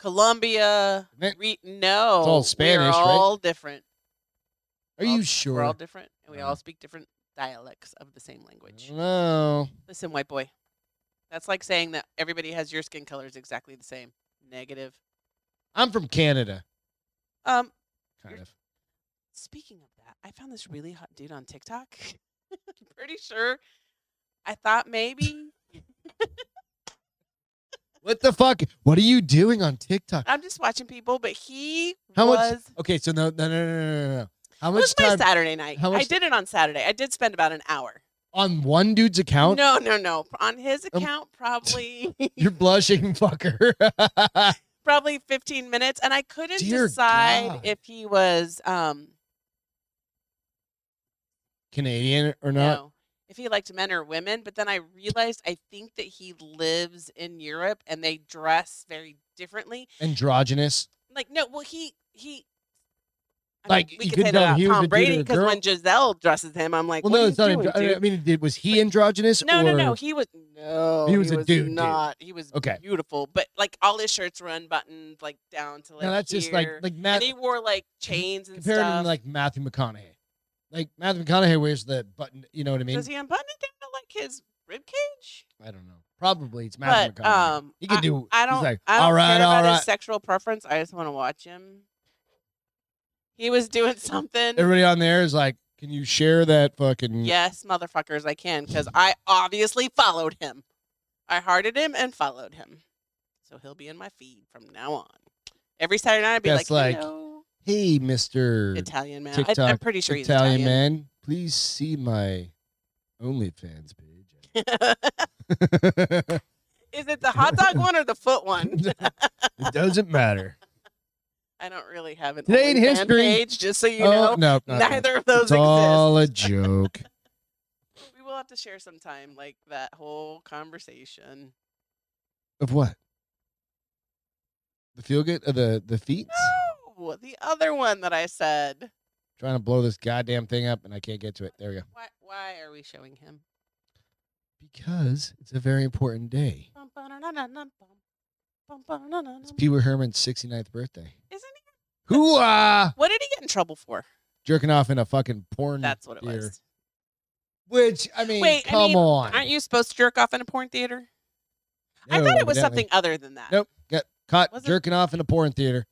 Colombia. Isn't it? Re- no, all Spanish, right? We're all different. Are all- you sure? We're all different, and we Uh-huh. all speak different dialects of the same language. No. Listen, white boy, that's like saying that everybody has your skin color is exactly the same. Negative. I'm from Canada, Um, kind of. speaking of that, I found this really hot dude on TikTok. <laughs> I'm pretty sure. I thought maybe. What the fuck? What are you doing on TikTok? I'm just watching people, but he How was. much? Okay, so no, no, no, no, no, no, no. How it was much my time Saturday night. how I much- did it on Saturday. I did spend about an hour. on one dude's account? No, no, no. On his Um, <laughs> account, probably You're blushing, <laughs> fucker. probably 15 minutes, and I couldn't Dear decide God. if he was um Canadian or not? no if he liked men or women. But then I realized I think that he lives in Europe and they dress very differently. Androgynous. Like no, well he he. I mean, Like, we you could could say tell that he about was Tom a dude or Brady a because girl. when Giselle dresses him, I'm like, Well, what no, are it's not. you doing, andro- I dude? mean, did was he androgynous? No, no, or- no. He was no. He was a dude, dude. Not. He was Okay. beautiful, but like all his shirts were unbuttoned, like down to like. no, that's just like here. like and Matt he wore like <laughs> chains and compared him stuff. to like Matthew McConaughey. Like Matthew McConaughey wears the button. You know what I mean? Does he unbutton it down to like his rib cage? I don't know. Probably it's Matthew But McConaughey. um, he can I, do. I don't. He's like, I don't all right, care all about right. his sexual preference. I just want to watch him. He was doing <laughs> something. Everybody on there is like, can you share that fucking? Yes, motherfuckers, I can because I obviously followed him. I hearted him and followed him, so he'll be in my feed from now on. Every Saturday night, I'd be That's like, like "Hello, Hey, Mister Italian man." I, I'm TikTok pretty sure he's Italian, Italian, man, please see my OnlyFans page. <laughs> Is it the hot dog one or the foot one? <laughs> <laughs> it doesn't matter. I don't really have an Today in OnlyFans history- page, just so <laughs> you oh know. no, not that. Neither of those It's exist. all a joke. We will have to share sometime, like that whole conversation. of what? The feel good of the the feet. No, the other one that I said. Trying to blow this goddamn thing up and I can't get to it. There we go. Why? Why are we showing him? Because it's a very important day. It's Isn't Pee Wee Herman's 69th birthday. he? Hooah! What did he get in trouble for? Jerking off in a fucking porn. That's what it theater. was. Which I mean, Wait, I come mean, on. Aren't you supposed to jerk off in a porn theater? I No, thought it was evidently. something other than that. Nope. Got caught Wasn't- jerking off in a porn theater.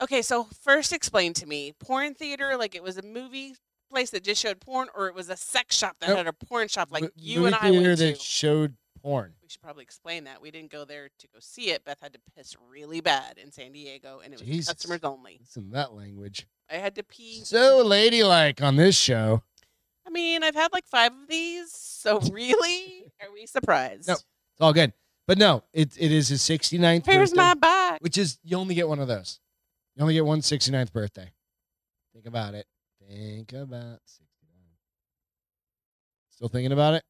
Okay, so first explain to me porn theater, like it was a movie place that just showed porn, or it was a sex shop that Nope. had a porn shop like Mo- you movie and I theater went to. that showed porn. we should probably explain that. We didn't go there to go see it. Beth had to piss really bad in San Diego, and it was Jesus. customers only. It's in that language. I had to pee. So ladylike on this show. I mean, I've had like five of these, <laughs> so really, are we surprised? Nope. It's all good. But no, it it is his 69th Here's birthday. my back. which is you only get one of those. You only get one 69th birthday. Think about it. Think about 69. Still thinking about it?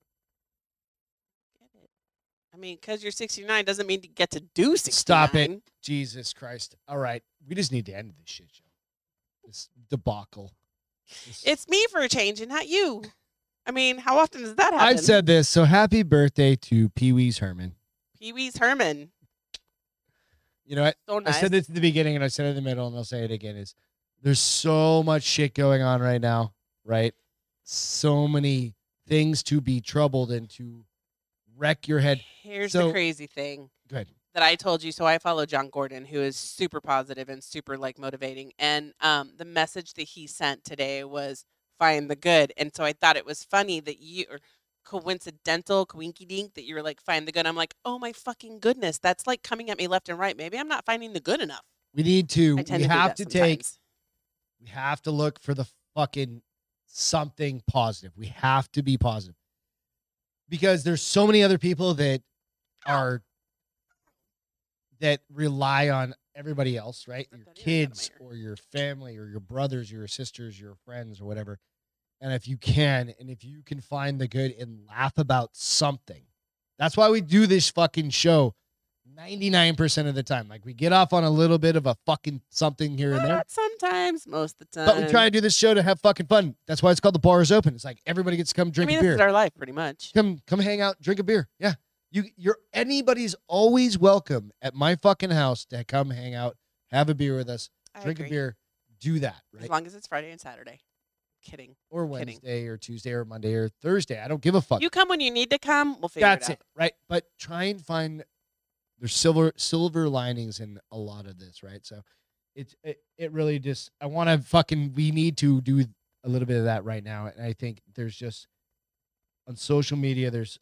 I mean, because you're 69 doesn't mean you get to do 69. Stop it. Jesus Christ. All right. We just need to end this shit show. This debacle. This- It's me for a change and not you. I mean, how often does that happen? I said this, so happy birthday to Pee Wee's Herman. Pee Wee's Herman. You know what? So nice. I said this at the beginning and I said it in the middle and I'll say it again is there's so much shit going on right now, right? So many things to be troubled and to wreck your head. Here's the So- crazy thing. Go ahead. that I told you. So I follow John Gordon, who is super positive and super like motivating. And um, the message that he sent today was find the good. And so I thought it was funny that you or coincidental, coinky dink that you were like find the good. I'm like, oh my fucking goodness, that's like coming at me left and right. Maybe I'm not finding the good enough. We need to. I We tend to do have that to take. sometimes. We have to look for the fucking something positive. We have to be positive because there's so many other people that are that rely on everybody else, right? Rip Your that ear out of my kids ear. or your family or your brothers, your sisters, your friends, or whatever. And if you can, and if you can find the good and laugh about something, that's why we do this fucking show 99% of the time. Like we get off on a little bit of a fucking something here and there. Not <laughs> sometimes, most of the time. But we try to do this show to have fucking fun. That's why it's called the bar is open. It's like everybody gets to come I drink mean, a this beer. is our life pretty much. come come hang out, drink a beer. Yeah. You you're anybody's always welcome at my fucking house to come hang out, have a beer with us, I drink a agree. beer, do that, As right? long as it's Friday and Saturday. Kidding. Or kidding. Wednesday or Tuesday or Monday or Thursday. I don't give a fuck. You come when you need to come. We'll figure That's it out. it, right? But try and find there's silver silver linings in a lot of this, right? So it's it, it really just I want to fucking we need to do a little bit of that right now, and I think there's just on social media there's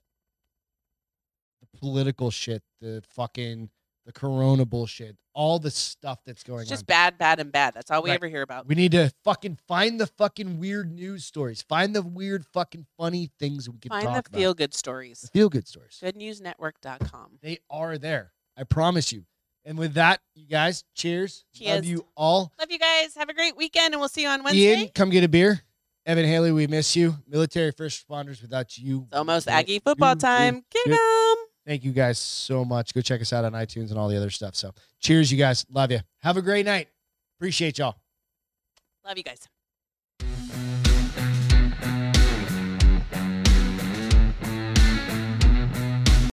the political shit, the fucking the corona bullshit, all the stuff that's going It's just on. bad, bad, and bad. That's all we Right. ever hear about. We need to fucking find the fucking weird news stories. Find the weird fucking funny things we can Find talk the feel about. good stories. feel good stories. Goodnewsnetwork.com. They are there. I promise you. And with that, you guys, cheers. Love Cheers. you all. Love you guys. Have a great weekend, and we'll see you on Wednesday. Ian, come get a beer. Evan Haley, we miss you. Military first responders, without you. It's almost we can't Aggie football do time. um. Get shit. 'em. Thank you guys so much. Go check us out on iTunes and all the other stuff. So cheers, you guys. Love you. Have a great night. Appreciate y'all. Love you guys.